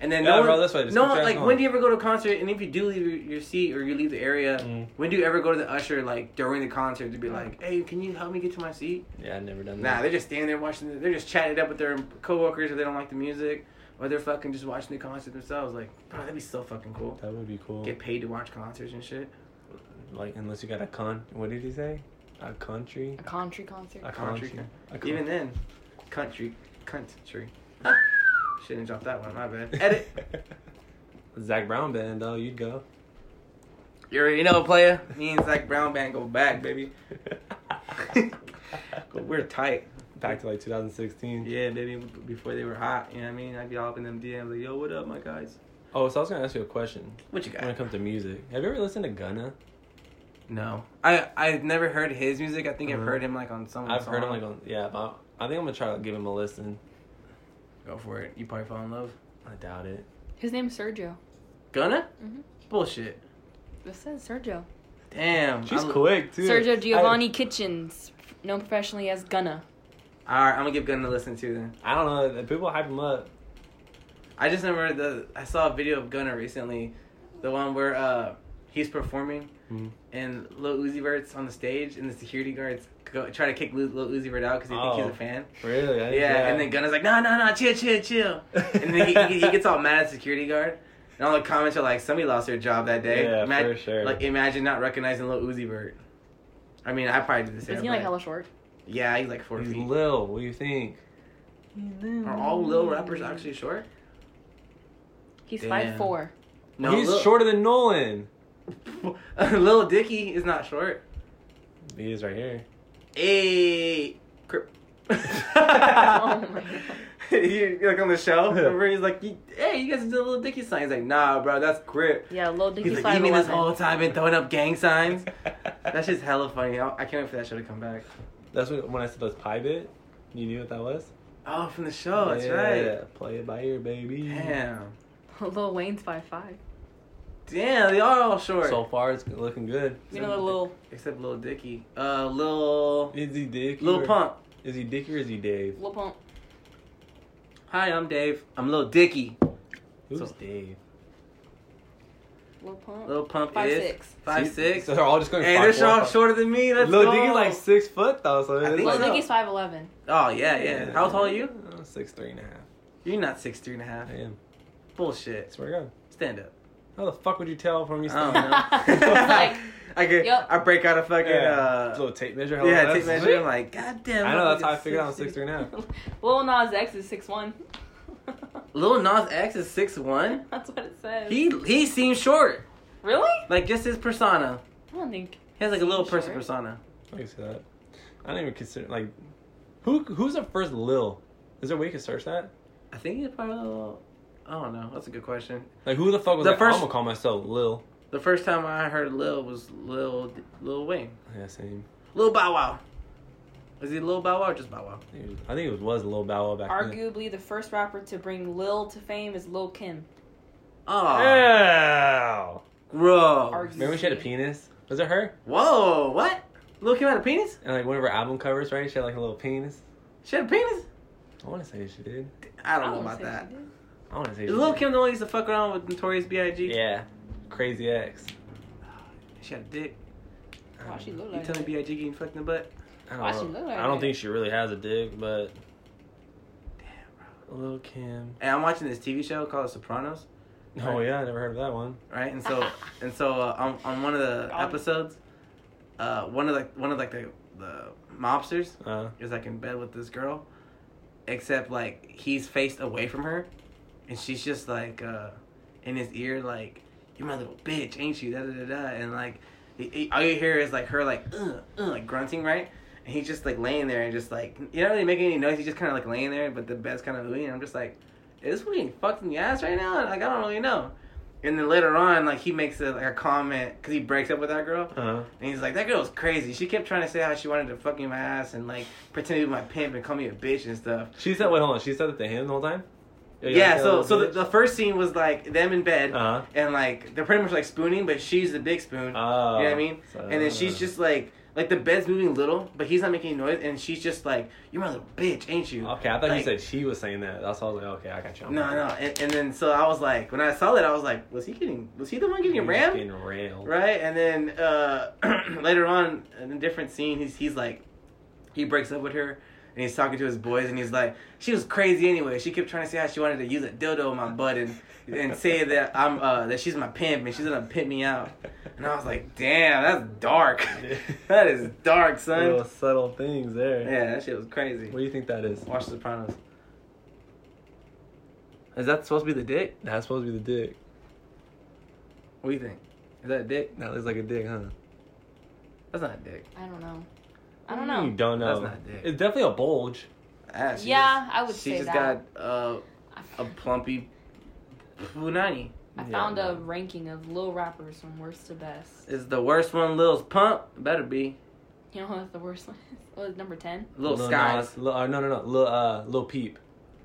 Speaker 2: and then
Speaker 1: Yeah,
Speaker 2: no one,
Speaker 1: bro, this way, just
Speaker 2: no
Speaker 1: keep
Speaker 2: one,
Speaker 1: that
Speaker 2: like
Speaker 1: going.
Speaker 2: when do you ever go to a concert? And if you do leave your, your seat or you leave the area,
Speaker 1: Mm.
Speaker 2: when do you ever go to the usher like during the concert to be like, hey, can you help me get to my seat?
Speaker 1: Yeah, I've never done
Speaker 2: Nah,
Speaker 1: that.
Speaker 2: they're just standing there watching. The, they're just chatting it up with their coworkers if they don't like the music, or they're fucking just watching the concert themselves. Like, bro, that'd be so fucking cool.
Speaker 1: that would be cool.
Speaker 2: Get paid to watch concerts and shit.
Speaker 1: Like unless you got a con. What did he say? A country.
Speaker 3: A country concert.
Speaker 1: A
Speaker 2: Country.
Speaker 1: country. A con-
Speaker 2: Even then, country, country. Shouldn't drop that one. My bad. Edit.
Speaker 1: Zach Brown band though, you'd go.
Speaker 2: You already know, player. Means like Brown Band go back, baby. But we're tight.
Speaker 1: Back to like 2016.
Speaker 2: Yeah, baby. Before they were hot, you know what I mean? I'd be all up in them DMs like, yo, what up, my guys?
Speaker 1: Oh, so I was gonna ask you a question
Speaker 2: What you
Speaker 1: when it
Speaker 2: got?
Speaker 1: comes to music. Have you ever listened to Gunna?
Speaker 2: No, I I've never heard his music. I think I've
Speaker 1: Mhm.
Speaker 2: heard him like on some.
Speaker 1: I've heard him
Speaker 2: song.
Speaker 1: like on yeah. But I think I'm gonna try to give him a listen.
Speaker 2: Go for it. You probably fall in love.
Speaker 1: I doubt it.
Speaker 3: His name's Sergio.
Speaker 2: Gonna?
Speaker 3: Mhm.
Speaker 2: Bullshit.
Speaker 3: This says Sergio.
Speaker 2: Damn.
Speaker 1: She's
Speaker 2: I'm-
Speaker 1: quick too. I-
Speaker 3: Sergio Giovanni Kitchens, known professionally as Gunna.
Speaker 2: All right, I'm gonna give Gunna a listen to then.
Speaker 1: I don't know. the People hype him up.
Speaker 2: I just remember the I saw a video of Gunna recently, the one where uh he's performing
Speaker 1: Mhm.
Speaker 2: and Lil Uzi Vert's on the stage and the security guards go, try to kick Lil, Lil Uzi Vert out because they think
Speaker 1: Oh.
Speaker 2: he's a fan.
Speaker 1: Really? I
Speaker 2: Yeah,
Speaker 1: didn't-
Speaker 2: and then Gunna's like, no, no, no, chill, chill, chill. And then he, he, he gets all mad at the security guard. And all the comments are like, somebody lost their job that day.
Speaker 1: Yeah,
Speaker 2: Ima-
Speaker 1: for sure.
Speaker 2: Like, imagine not recognizing Lil Uzi Vert. I mean, I probably did the same.
Speaker 3: Isn't he like
Speaker 2: but-
Speaker 3: hella short?
Speaker 2: Yeah, he's like four
Speaker 1: He's
Speaker 2: feet.
Speaker 1: Lil. What do you think?
Speaker 2: Are all Lil rappers actually short?
Speaker 3: He's
Speaker 2: Damn.
Speaker 3: five four.
Speaker 1: He's
Speaker 2: Lil-
Speaker 1: shorter than Nolan.
Speaker 2: Lil Dicky is not short.
Speaker 1: He is right here.
Speaker 2: Hey, Crip.
Speaker 3: Oh my God.
Speaker 2: you you, like on the show? Remember he's like, "You- hey, you guys do Lil Dicky signs. He's like, nah, bro, that's Crip.
Speaker 3: Yeah, Lil Dicky's
Speaker 2: He's like,
Speaker 3: five
Speaker 2: eating this
Speaker 3: eleven.
Speaker 2: whole time and throwing up gang signs. That
Speaker 1: That's
Speaker 2: shit's hella funny. I, I can't wait for that show to come back.
Speaker 1: That's when, when I said those pie bit. You knew what that was?
Speaker 2: Oh, from the show. That's right.
Speaker 1: Play it by ear, baby.
Speaker 2: Damn.
Speaker 3: Lil Wayne's five five.
Speaker 2: Damn, they are all short.
Speaker 1: So far, it's looking good.
Speaker 3: You know the little
Speaker 2: Except Lil Dicky. Uh, Lil.
Speaker 1: Is he Dick?
Speaker 2: Lil
Speaker 1: or-
Speaker 2: Pump.
Speaker 1: Is he Dick or is he Dave?
Speaker 3: Lil Pump.
Speaker 2: Hi, I'm Dave. I'm Lil Dicky.
Speaker 1: Who's
Speaker 2: So-
Speaker 1: Dave?
Speaker 3: Lil Pump.
Speaker 2: Lil Pump
Speaker 3: Five
Speaker 2: is.
Speaker 3: six.
Speaker 2: Five
Speaker 1: See,
Speaker 2: six.
Speaker 1: So they're all just going.
Speaker 2: Hey,
Speaker 1: five,
Speaker 2: they're
Speaker 1: four,
Speaker 2: all
Speaker 1: five.
Speaker 2: shorter than me. Let's
Speaker 1: Lil
Speaker 2: go.
Speaker 1: Dicky's like six foot though, so
Speaker 2: I
Speaker 1: it's
Speaker 2: think
Speaker 3: Lil
Speaker 1: like,
Speaker 2: so.
Speaker 3: Dicky's five eleven.
Speaker 2: Oh yeah, yeah. How tall are you?
Speaker 1: I'm six three and a half.
Speaker 2: You're not six three and a half.
Speaker 1: I am. I
Speaker 2: Bullshit.
Speaker 1: swear to God.
Speaker 2: Stand up.
Speaker 1: How the fuck would you tell from your
Speaker 2: I don't
Speaker 1: stand?
Speaker 2: know.
Speaker 3: Like,
Speaker 2: I get.
Speaker 3: yup.
Speaker 2: I break out a fucking.
Speaker 1: Yeah,
Speaker 2: Uh,
Speaker 1: little tape measure. how
Speaker 2: yeah,
Speaker 1: long
Speaker 2: take
Speaker 1: that's-
Speaker 2: measure. I'm like, God damn.
Speaker 1: I know that's how I
Speaker 2: motherfucker's
Speaker 1: figured out I'm six three and a half.
Speaker 3: Lil Nas X is six one.
Speaker 2: Lil Nas X is six one.
Speaker 3: That's what it says.
Speaker 2: He he seems short.
Speaker 3: really?
Speaker 2: Like just his persona.
Speaker 3: I don't think.
Speaker 2: He has like a
Speaker 3: Seems
Speaker 2: little person
Speaker 3: short.
Speaker 2: persona.
Speaker 1: I can see that. I don't even consider like who who's the first Lil? Is there a way you can search that?
Speaker 2: I think he's probably. A little, I don't know. That's a good question.
Speaker 1: Like who the fuck was
Speaker 2: The
Speaker 1: like,
Speaker 2: first-
Speaker 1: I'm gonna call myself Lil.
Speaker 2: The first time I heard Lil was Lil Lil Wayne.
Speaker 1: Yeah, same.
Speaker 2: Lil Bow Wow. Is he Lil Bow Wow or just Bow Wow?
Speaker 1: I think it was, I think it was, was Lil Bow Wow back then.
Speaker 3: Arguably, the first rapper to bring Lil to fame is Lil Kim.
Speaker 2: Oh,
Speaker 1: Ow.
Speaker 2: gross.
Speaker 3: Argu-
Speaker 1: Remember when she had a penis? Was it her?
Speaker 2: Whoa, what? Lil Kim had a penis?
Speaker 1: And like one of her album covers, right? She had like a little penis.
Speaker 2: She had a penis?
Speaker 1: I want to say she did.
Speaker 2: I don't know
Speaker 3: wouldn't
Speaker 2: about
Speaker 3: say
Speaker 2: that.
Speaker 3: she did.
Speaker 1: I want to say
Speaker 2: Is
Speaker 1: she
Speaker 2: Lil
Speaker 1: did.
Speaker 2: Kim the one who used to fuck around with Notorious B.I.G.?
Speaker 1: Yeah. Crazy X. Ah,
Speaker 2: She had a dick.
Speaker 3: Wow, she looked
Speaker 2: You
Speaker 3: like.
Speaker 2: telling
Speaker 3: that.
Speaker 2: B.I.G. getting fucked in the butt?
Speaker 1: I
Speaker 3: Why she
Speaker 1: don't, know.
Speaker 3: look like
Speaker 1: I don't
Speaker 3: that?
Speaker 1: think she really has a dick, but. Lil Kim.
Speaker 2: And I'm watching this TV show called The Sopranos,
Speaker 1: Oh yeah, I never heard of that one.
Speaker 2: right? And so, and so uh, on, on one of the
Speaker 3: Um.
Speaker 2: episodes, uh, one of the one of like the the mobsters
Speaker 1: Uh,
Speaker 2: is like in bed with this girl, except like he's faced away from her, and she's just like uh, in his ear like, "You're my little bitch, ain't you?" Da da da da, and like he- he- all you hear is like her like uh, uh, like grunting right, and he's just like laying there and just like you're not really making any noise. He's just kind of like laying there, but the bed's kind of ooey, and I'm just like, "Is this fucking fucked in the ass right now?" Like I don't really know. And then later on, like he makes a, like a comment because he breaks up with that girl,
Speaker 1: uh,
Speaker 2: and he's like, that girl's crazy. She kept trying to say how she wanted to fuck me in my ass and like pretend to be my pimp and call me a bitch and stuff.
Speaker 1: she said, wait, hold on. She said it to him the whole time?
Speaker 2: Yeah, so so the, the first scene was like them in bed
Speaker 1: Uh-huh.
Speaker 2: and like they're pretty much like spooning, but she's the big spoon.
Speaker 1: Oh.
Speaker 2: you know what I mean? and then she's just like like the bed's moving little, but he's not making any noise, and she's just like, "You're my little bitch, ain't you?"
Speaker 1: uh, Okay, I thought
Speaker 2: Like-
Speaker 1: you said she was saying that. That's why I was like, okay, I got you. I'm
Speaker 2: No,
Speaker 1: fine.
Speaker 2: no, and, and then so I was like, when I saw that, I was like, was he getting? Was he the one
Speaker 1: He
Speaker 2: getting
Speaker 1: was
Speaker 2: rammed?
Speaker 1: Getting railed.
Speaker 2: Right, and then uh, later on in a different scene, he's he's like, he breaks up with her, and he's talking to his boys, and he's like, she was crazy anyway. She kept trying to say how she wanted to use a dildo in my butt and and say that I'm uh, that she's my pimp and she's gonna pimp me out. And I was like, damn, that's dark. that is dark, son.
Speaker 1: Little subtle things there.
Speaker 2: Yeah, that shit was crazy.
Speaker 1: What do you think that is?
Speaker 2: Watch The Sopranos. Is that supposed to be the dick?
Speaker 1: That's supposed to be the dick.
Speaker 2: What do you think? Is that a dick?
Speaker 1: That looks like a dick, huh?
Speaker 2: That's not a dick.
Speaker 3: I don't know. I don't
Speaker 1: You
Speaker 3: know.
Speaker 1: don't know.
Speaker 2: That's not a dick.
Speaker 1: It's definitely a bulge.
Speaker 2: Ah, she
Speaker 3: Yeah,
Speaker 2: just-
Speaker 3: I would
Speaker 2: she
Speaker 3: say
Speaker 2: just
Speaker 3: that.
Speaker 2: got uh, a plumpy punani.
Speaker 3: I
Speaker 1: Yeah,
Speaker 3: found a
Speaker 1: no.
Speaker 3: ranking of Lil rappers from worst to best.
Speaker 2: Is the worst one Lil's pump? Better be
Speaker 3: You know what the worst one is? What is number ten?
Speaker 2: Lil,
Speaker 1: Lil
Speaker 2: Skies.
Speaker 1: Nas- Lil- uh, no, no, no. Lil, uh, Lil Peep.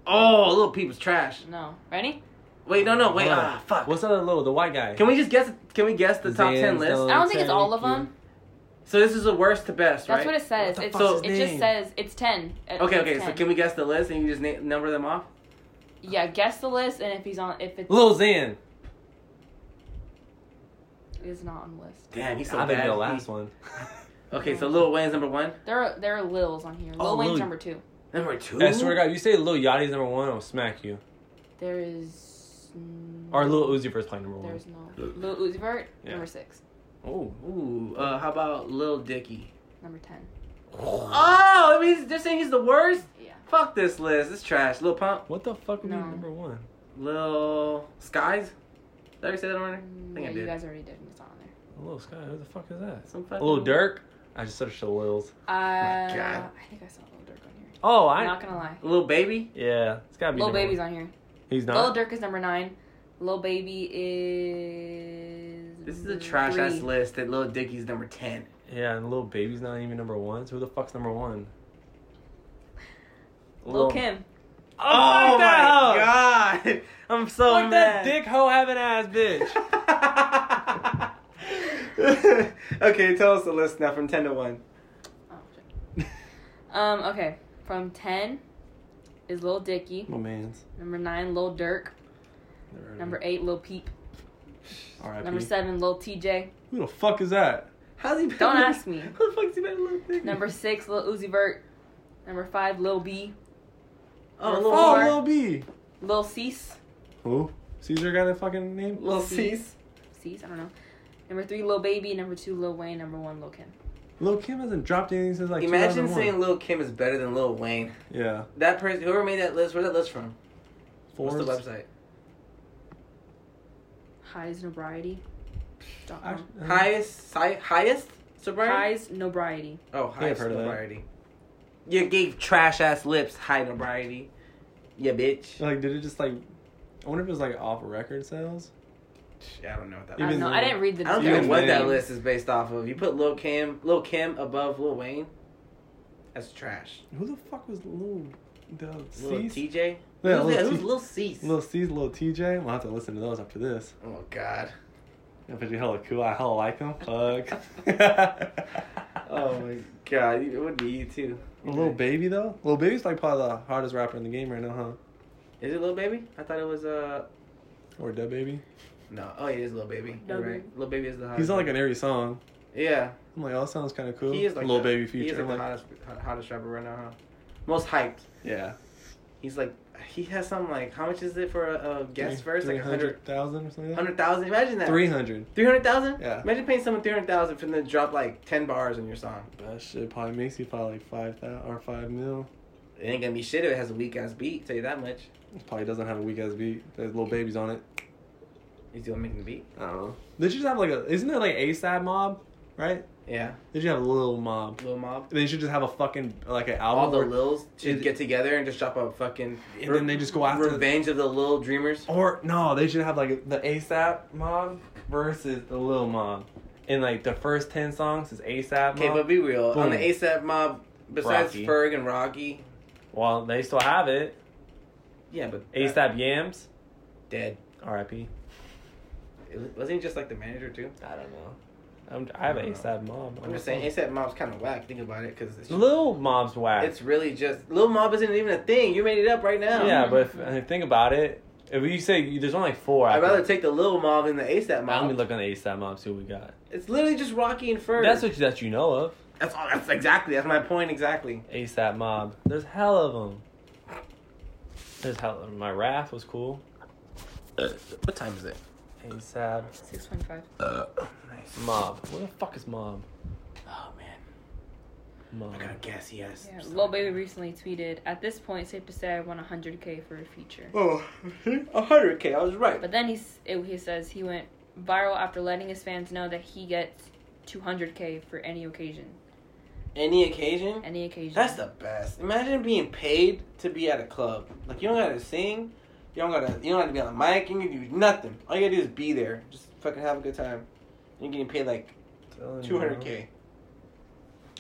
Speaker 2: Oh, Lil Peep was trash.
Speaker 3: No. Ready?
Speaker 2: Wait, no, no, wait.
Speaker 1: Hold on.
Speaker 2: Ah, fuck.
Speaker 1: What's the other Lil? The white guy.
Speaker 2: Can we just guess? Can we guess the top ten
Speaker 1: Zan's
Speaker 2: list?
Speaker 1: Lil
Speaker 3: I don't think it's
Speaker 1: Tecki.
Speaker 3: all of them.
Speaker 2: So this is the worst to best,
Speaker 3: That's
Speaker 2: right?
Speaker 3: what it
Speaker 1: What
Speaker 3: says.
Speaker 1: the
Speaker 3: It's,
Speaker 1: fuck's
Speaker 3: it
Speaker 1: his
Speaker 3: just
Speaker 1: name?
Speaker 3: says it's ten. It-
Speaker 2: okay,
Speaker 3: it's
Speaker 2: okay. So
Speaker 3: 10.
Speaker 2: can we guess the list and you just na- number them off?
Speaker 3: Yeah, guess the list, and if he's on, if it's
Speaker 1: Lil Xan.
Speaker 3: is not on the list,
Speaker 2: Damn, he's so
Speaker 1: I think
Speaker 2: bad.
Speaker 1: the last
Speaker 2: He-
Speaker 1: one.
Speaker 2: Okay, so Lil Wayne's number one.
Speaker 3: there are there are Lils on here. Lil
Speaker 1: Oh,
Speaker 3: Wayne's
Speaker 1: Lil-
Speaker 3: number two.
Speaker 2: Number two.
Speaker 1: I swear to God, if you say Lil Yachty's number one, I'll smack you.
Speaker 3: There is. n-
Speaker 1: Or Lil Uzi Vert's probably number one.
Speaker 3: There's no Lil Uzi Vert.
Speaker 1: Yeah.
Speaker 3: Number six.
Speaker 1: Oh.
Speaker 2: Ooh, uh, how about Lil Dicky?
Speaker 3: Number ten. Ah!
Speaker 2: Oh, I mean, they're saying he's the worst.
Speaker 3: Yeah.
Speaker 2: Fuck this list. It's trash. Lil Pump.
Speaker 1: What the fuck would
Speaker 3: No.
Speaker 1: be number one?
Speaker 2: Lil Skies. Did I already say that on there? I think
Speaker 3: yeah,
Speaker 2: I
Speaker 3: you
Speaker 2: did.
Speaker 3: guys already did, and it's not on there.
Speaker 1: Lil Sky, who the fuck is that?
Speaker 2: Some fucking.
Speaker 1: Lil Dirk? I just searched the Lils.
Speaker 3: Uh,
Speaker 2: God.
Speaker 3: I think I saw Lil Durk on here.
Speaker 1: Oh,
Speaker 3: I'm
Speaker 1: I.
Speaker 3: not gonna lie.
Speaker 2: Lil Baby.
Speaker 1: Yeah, it's gotta be.
Speaker 3: Lil
Speaker 1: number
Speaker 3: Baby's
Speaker 1: one.
Speaker 3: on here.
Speaker 1: He's
Speaker 3: Lil
Speaker 1: not.
Speaker 3: Durk is number nine. Lil Baby is.
Speaker 2: This is a trash ass
Speaker 3: three.
Speaker 2: list that Lil Dicky's number ten.
Speaker 1: Yeah, and Lil Baby's not even number one. So who the fuck's number one?
Speaker 3: Lil Kim.
Speaker 1: Oh, fuck that hoe!
Speaker 2: god! I'm so
Speaker 1: Fuck that
Speaker 2: mad.
Speaker 1: dick hoe having ass bitch.
Speaker 2: okay, tell us the list now from ten to one.
Speaker 3: Oh, shit. um. Okay. From ten is Lil Dicky.
Speaker 1: My man's.
Speaker 3: Number nine, Lil Durk. Number eight, Lil Peep. Number
Speaker 1: R.I.P.
Speaker 3: seven, Lil TJ.
Speaker 1: Who the fuck is that?
Speaker 2: How's he?
Speaker 3: Don't ask me.
Speaker 2: Who the fuck's he been Lil Dicky?
Speaker 3: Number six, Lil Uzi Vert. Number five, Lil B.
Speaker 2: oh,
Speaker 3: number
Speaker 2: Lil,
Speaker 3: four.
Speaker 2: oh,
Speaker 1: Oh, Lil B.
Speaker 3: Lil Cease.
Speaker 1: Who? Caesar got a fucking name?
Speaker 2: Lil, Lil Cease.
Speaker 3: Cease, I don't know. Number three, Lil Baby. Number two, Lil Wayne. Number one, Lil Kim.
Speaker 1: Lil Kim hasn't dropped anything since like
Speaker 2: Imagine
Speaker 1: 2001.
Speaker 2: saying Lil Kim is better than Lil Wayne.
Speaker 1: Yeah.
Speaker 2: That person, whoever made that list, where's that list from?
Speaker 1: Forbes.
Speaker 2: What's the website?
Speaker 3: Highs Nobriety. Dot com.
Speaker 1: Actually, uh,
Speaker 2: Highest, si- highest sobriety.
Speaker 3: Highs Nobriety.
Speaker 2: Oh,
Speaker 1: Yeah,
Speaker 2: high
Speaker 1: I've heard of that.
Speaker 2: sobriety. You gave trash ass lips high sobriety. Yeah, bitch.
Speaker 1: Like, did it just like? I wonder if it was like off record sales.
Speaker 2: I don't know what that.
Speaker 3: I
Speaker 1: Even
Speaker 3: don't know.
Speaker 1: though-
Speaker 3: I didn't read the.
Speaker 2: I don't
Speaker 1: Even
Speaker 2: know what that
Speaker 1: Wayne.
Speaker 2: list is based off of. You put Lil Kim, Lil Kim above Lil Wayne. That's trash.
Speaker 1: Who the fuck was Lil? The
Speaker 2: Lil
Speaker 1: Cease?
Speaker 2: TJ.
Speaker 1: Yeah,
Speaker 2: who's, that?
Speaker 1: Lil,
Speaker 2: who's
Speaker 1: T-
Speaker 2: Lil Cease?
Speaker 1: Lil C's, Lil TJ. We'll have to listen to those after this.
Speaker 2: oh God.
Speaker 1: If it's hella cool, I hella like them. Fuck.
Speaker 2: Oh my God. It would be you too.
Speaker 1: Little baby though, little baby's like probably the hardest rapper in the game right now, huh?
Speaker 2: Is it Lil Baby? I thought it was uh.
Speaker 1: Or Dead Baby.
Speaker 2: No. Oh, it is Lil Baby.
Speaker 3: Lil
Speaker 2: You're
Speaker 3: Baby.
Speaker 2: right. Lil Baby is the hottest.
Speaker 1: He's on like in every song.
Speaker 2: Yeah.
Speaker 1: I'm like, oh, that sounds kind of cool.
Speaker 2: He is like
Speaker 1: little
Speaker 2: the,
Speaker 1: baby
Speaker 2: He
Speaker 1: feature. I'm
Speaker 2: is like the
Speaker 1: like,
Speaker 2: hottest, hot- hottest rapper right now, huh? Most hyped.
Speaker 1: yeah,
Speaker 2: He's like, he has some like, how much is it for a, a guest
Speaker 1: Three-
Speaker 2: verse? Like a hundred,
Speaker 1: 300,000 or something. Like
Speaker 2: hundred thousand. Imagine
Speaker 1: that?
Speaker 2: that.
Speaker 1: Three hundred.
Speaker 2: Three hundred thousand.
Speaker 1: Yeah.
Speaker 2: Imagine paying someone three hundred thousand for them to drop like ten bars on your song.
Speaker 1: That shit probably makes you probably like five thousand or five mil.
Speaker 2: It ain't gonna be shit if it has a weak ass beat. Tell you that much.
Speaker 1: It probably doesn't have a weak ass beat. There's little babies on it.
Speaker 2: He's doing making the beat.
Speaker 1: I don't know. They should just have like a. Isn't there like ASAP Mob, right?
Speaker 2: Yeah.
Speaker 1: They should have a little mob.
Speaker 2: Lil Mob.
Speaker 1: They should just have a fucking like an album.
Speaker 2: All the
Speaker 1: where-
Speaker 2: Lils should
Speaker 1: it-
Speaker 2: get together and just drop a fucking.
Speaker 1: And then they just go after the-
Speaker 2: Revenge of the Lil Dreamers.
Speaker 1: Or no, they should have like the ASAP mob versus the Lil Mob, and like the first ten songs is ASAP
Speaker 2: Okay,
Speaker 1: mob.
Speaker 2: but be real. On the
Speaker 1: Boom.
Speaker 2: ASAP Mob, besides
Speaker 1: Rocky.
Speaker 2: Ferg and Rocky,
Speaker 1: well, they still have it.
Speaker 2: yeah, but
Speaker 1: ASAP Yams,
Speaker 2: dead.
Speaker 1: R.I.P.
Speaker 2: Wasn't he just like the manager too?
Speaker 1: I don't know. I'm, I have
Speaker 2: I don't
Speaker 1: an
Speaker 2: know.
Speaker 1: ASAP Mob.
Speaker 2: I'm just saying, ASAP Mob's kind of whack. Think about it, because it's,
Speaker 1: Lil Mob's whack.
Speaker 2: it's really just Lil Mob isn't even a thing. You made it up right now.
Speaker 1: yeah, but if, I think about it, if you say you- there's only like four,
Speaker 2: I'd
Speaker 1: I
Speaker 2: rather
Speaker 1: rather.
Speaker 2: take the Lil Mob than the ASAP
Speaker 1: Let me
Speaker 2: Mob.
Speaker 1: look on the ASAP Mob. See what we got.
Speaker 2: It's literally just Rocky and Ferg.
Speaker 1: That's what you- that you know of.
Speaker 2: That's all. That's exactly. That's my point. Exactly.
Speaker 1: ASAP Mob. There's hell of them. There's hell. Of 'em. My Wrath was cool.
Speaker 2: Uh, what time is it?
Speaker 1: ASAP
Speaker 3: Six point five.
Speaker 2: Uh, nice.
Speaker 1: Mob. What the fuck is Mob?
Speaker 2: Oh man,
Speaker 1: Mob.
Speaker 2: I gotta guess. Yes.
Speaker 3: Yeah. Lil Baby recently tweeted, "At this point, safe to say I won 100k for a feature."
Speaker 2: Oh, 100k. I was right.
Speaker 3: But then he's, it, he says he went viral after letting his fans know that he gets 200k for any occasion.
Speaker 2: Any occasion?
Speaker 3: Any occasion.
Speaker 2: That's the best. Imagine being paid to be at a club. Like you don't gotta sing, you don't gotta you don't have to be on the mic, you can do nothing. All you gotta do is be there. Just fucking have a good time. You're getting paid like
Speaker 1: Telling you,
Speaker 2: two hundred K.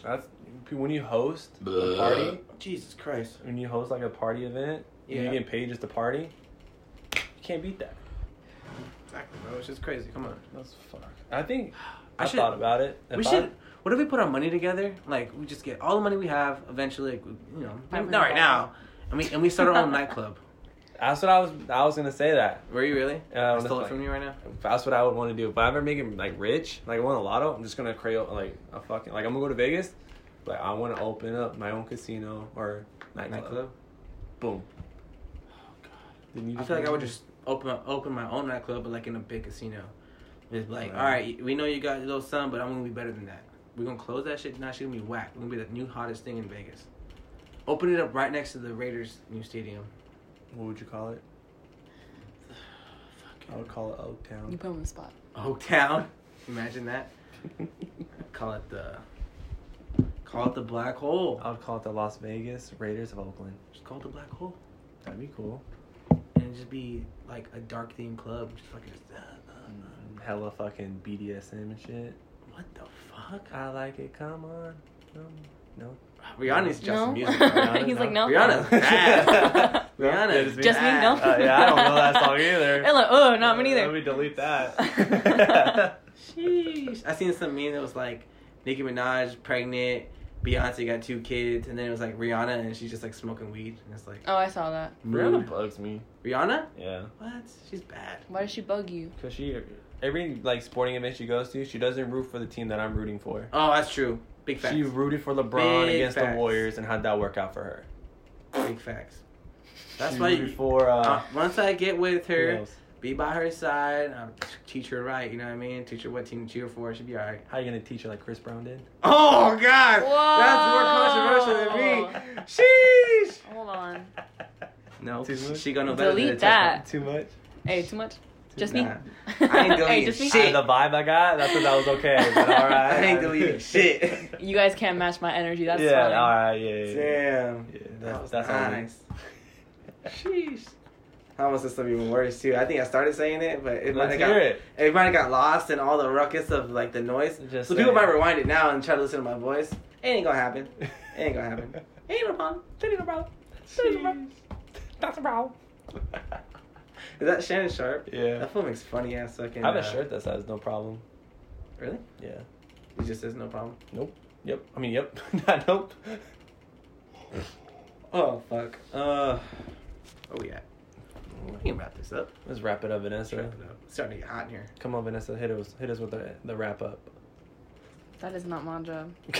Speaker 1: That's when you host a party.
Speaker 2: Jesus Christ.
Speaker 1: When you host like a party event, yeah.
Speaker 2: Yeah.
Speaker 1: you get paid just to party. You can't beat that.
Speaker 2: Exactly, bro. It's just crazy. Come on.
Speaker 1: That's fuck. I think I,
Speaker 2: should-
Speaker 1: thought about it.
Speaker 2: we
Speaker 1: If I-
Speaker 2: should what if we put our money together? Like we just get all the money we have eventually, like, you know,
Speaker 3: Buy
Speaker 2: not right
Speaker 3: Moneyball.
Speaker 2: now. And we and we start our own nightclub.
Speaker 1: That's what I was. I was gonna say that.
Speaker 2: Were you really?
Speaker 1: Um,
Speaker 2: I stole it
Speaker 1: like-
Speaker 2: from you right now.
Speaker 1: That's what I would want to do. If I ever make it like rich, like I won a lotto, I'm just gonna create like a fucking like I'm gonna go to Vegas. Like I want to open up my own casino or nightclub.
Speaker 2: Nightclub. Oh,
Speaker 1: Boom. Then you
Speaker 2: I
Speaker 1: just
Speaker 2: feel like I
Speaker 1: win.
Speaker 2: would just open up, open my own nightclub, but like in a big casino. It's like,
Speaker 1: Right.
Speaker 2: all right, we know you got your little son, but I'm gonna be better than that. We're gonna close that shit. Now she's gonna be whack. We're gonna be the new hottest thing in Vegas. Open it up right next to the Raiders new stadium.
Speaker 1: What would you call it? I would call it Oak
Speaker 3: You
Speaker 1: Town.
Speaker 3: put him on the spot.
Speaker 2: Oak Town. Imagine that. Call it the. Call it the black hole.
Speaker 1: I would call it the Las Vegas Raiders of Oakland.
Speaker 2: Just call it the black hole,
Speaker 1: That'd be cool.
Speaker 2: and it'd just be like a dark themed club. Just like just. Uh, uh,
Speaker 1: Hella fucking BDSM and shit.
Speaker 2: what the fuck?
Speaker 1: I like it. Come on. Um, no.
Speaker 2: Rihanna's just
Speaker 3: no.
Speaker 2: music.
Speaker 1: Rihanna,
Speaker 3: He's like,
Speaker 1: no.
Speaker 3: no.
Speaker 2: Rihanna.
Speaker 1: Rihanna.
Speaker 2: Rihanna.
Speaker 1: Just me?
Speaker 3: Just me? No.
Speaker 1: Uh, yeah, I don't know that song either.
Speaker 3: And like, oh, not me
Speaker 1: Uh,
Speaker 3: neither.
Speaker 1: Let me delete that.
Speaker 2: Sheesh. I seen some meme that was like Nicki Minaj pregnant, Beyonce got two kids, and then it was like Rihanna and she's just like smoking weed. And it's like
Speaker 3: Oh, I saw that.
Speaker 1: Rihanna
Speaker 2: rude.
Speaker 1: bugs me.
Speaker 2: Rihanna?
Speaker 1: Yeah,
Speaker 2: What? She's bad.
Speaker 3: Why does she bug you?
Speaker 1: cause she every like sporting event she goes to, she doesn't root for the team that I'm rooting for.
Speaker 2: Oh, that's true. Big facts.
Speaker 1: She rooted for LeBron
Speaker 2: Big
Speaker 1: against
Speaker 2: facts.
Speaker 1: the Warriors and how'd that work out for her?
Speaker 2: Big facts. That's
Speaker 1: she
Speaker 2: why
Speaker 1: rooted
Speaker 2: you-
Speaker 1: for uh,
Speaker 2: Uh, once I get with
Speaker 1: who
Speaker 2: her,
Speaker 1: else?
Speaker 2: be by her side, I'll teach her right. You know what I mean? Teach her what team to cheer for. She'll be all right.
Speaker 1: How you gonna teach her like Chris Brown did?
Speaker 2: Oh God, that's more
Speaker 3: Whoa.
Speaker 2: controversial than me. Sheesh.
Speaker 3: Hold
Speaker 2: Uh,
Speaker 3: on.
Speaker 2: No,
Speaker 1: Too much?
Speaker 2: she gonna know better than
Speaker 3: Delete
Speaker 2: the
Speaker 3: that.
Speaker 1: Too much.
Speaker 3: Hey, too much? Just me?
Speaker 2: Nah. I ain't
Speaker 3: hey,
Speaker 2: deleting
Speaker 3: just me?
Speaker 2: shit.
Speaker 1: Uh, the vibe I got, that's what that was okay. But all right,
Speaker 2: I ain't deleting shit.
Speaker 3: You guys can't match my energy. That's
Speaker 1: yeah,
Speaker 3: fine.
Speaker 1: all right, yeah, yeah, yeah.
Speaker 2: Damn.
Speaker 1: Yeah,
Speaker 2: That was
Speaker 1: that's, that's all we-
Speaker 2: nice. Sheesh. I almost said something even worse too. I think I started saying it, but it might
Speaker 1: Let's
Speaker 2: have
Speaker 1: hear
Speaker 2: got
Speaker 1: it.
Speaker 2: it might have got lost in all the ruckus of like the noise.
Speaker 1: Just
Speaker 2: so
Speaker 1: say
Speaker 2: people
Speaker 1: it.
Speaker 2: might rewind it now and try to listen to my voice. It ain't gonna happen. It ain't gonna happen. ain't no problem. It ain't no problem. It ain't no problem.
Speaker 3: That's wrong.
Speaker 2: Is that Shannon Sharp?
Speaker 1: yeah.
Speaker 2: That fool makes funny ass fucking.
Speaker 1: I have
Speaker 2: uh,
Speaker 1: a shirt that says no problem.
Speaker 2: Really?
Speaker 1: Yeah.
Speaker 2: He just says no problem.
Speaker 1: Yep. I mean, yep. Not nope.
Speaker 2: Oh fuck. Uh, where we at? We can wrap this up.
Speaker 1: Let's wrap it up,
Speaker 2: Let's
Speaker 1: Vanessa.
Speaker 2: wrap it up. It's starting to get hot in here.
Speaker 1: Come on, Vanessa. Hit us. Hit us with the the wrap up.
Speaker 3: That is not my job.
Speaker 2: Oh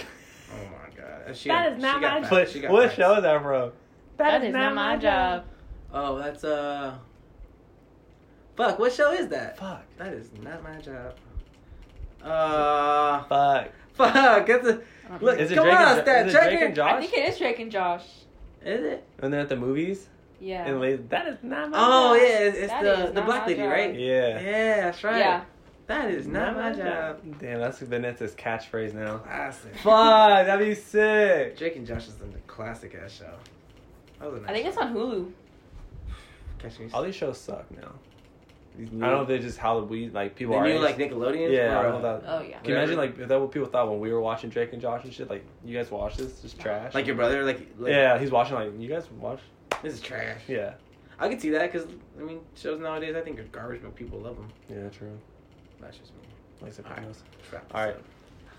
Speaker 2: my god. She
Speaker 5: That
Speaker 2: got-
Speaker 5: is not
Speaker 2: she got
Speaker 5: my
Speaker 2: facts.
Speaker 1: But
Speaker 2: She got
Speaker 1: what
Speaker 2: facts.
Speaker 1: show is that from?
Speaker 3: that is, not, my job.
Speaker 2: Oh, that's uh. Fuck. What show is that?
Speaker 1: Fuck.
Speaker 2: That is not my job. Uh.
Speaker 1: Fuck.
Speaker 2: Fuck. That's a.
Speaker 3: I don't
Speaker 2: Look,
Speaker 3: know.
Speaker 1: Is it
Speaker 2: come
Speaker 1: Drake
Speaker 2: on,
Speaker 1: and Jo-
Speaker 2: Stat
Speaker 1: is it
Speaker 2: Checker.
Speaker 1: Drake and
Speaker 3: I
Speaker 1: Josh?
Speaker 3: think it is Drake and Josh.
Speaker 2: Is it?
Speaker 1: And then at the movies,
Speaker 3: Yeah.
Speaker 1: and they, that is not my.
Speaker 2: Oh
Speaker 3: job.
Speaker 2: yeah, it's, it's
Speaker 3: That
Speaker 2: the
Speaker 3: is
Speaker 2: the
Speaker 3: not
Speaker 2: black
Speaker 3: my
Speaker 2: lady,
Speaker 3: job.
Speaker 2: right?
Speaker 1: Yeah.
Speaker 2: Yeah, that's right.
Speaker 3: Yeah.
Speaker 2: That is not, my job.
Speaker 1: Damn, that's Vanessa's catchphrase now.
Speaker 2: Classic.
Speaker 1: Fuck, that'd be sick.
Speaker 2: Drake and Josh is a classic ass show. That was a nice
Speaker 3: I think it's on Hulu.
Speaker 2: Catch me.
Speaker 1: All these shows suck now.
Speaker 2: These
Speaker 1: I don't know
Speaker 2: new-
Speaker 1: if they're just how we like people
Speaker 2: the
Speaker 1: are.
Speaker 2: new like Nickelodeon. uh,
Speaker 1: yeah, I don't know that.
Speaker 3: Oh yeah.
Speaker 1: Can you imagine like if that what people thought when we were watching Drake and Josh and shit? Like you guys watch this? It's trash.
Speaker 2: Like your brother, like, like
Speaker 1: yeah, he's watching like you guys watch.
Speaker 2: this is trash.
Speaker 1: Yeah.
Speaker 2: I can see that because I mean shows nowadays I think are garbage, but people love them.
Speaker 1: Yeah, true.
Speaker 2: That's just me.
Speaker 1: Like Sopranos.
Speaker 2: Sopranos. Crap.
Speaker 1: All right,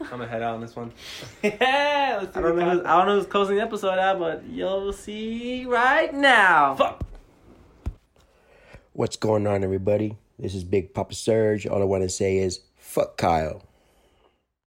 Speaker 1: I'm gonna head out on this one.
Speaker 2: yeah, let's
Speaker 1: I don't know who's-
Speaker 2: I don't know who's closing the episode out, but you'll see right now.
Speaker 1: Fuck.
Speaker 6: What's going on, everybody? This is Big Papa Surge. All I want to say is, fuck Kyle.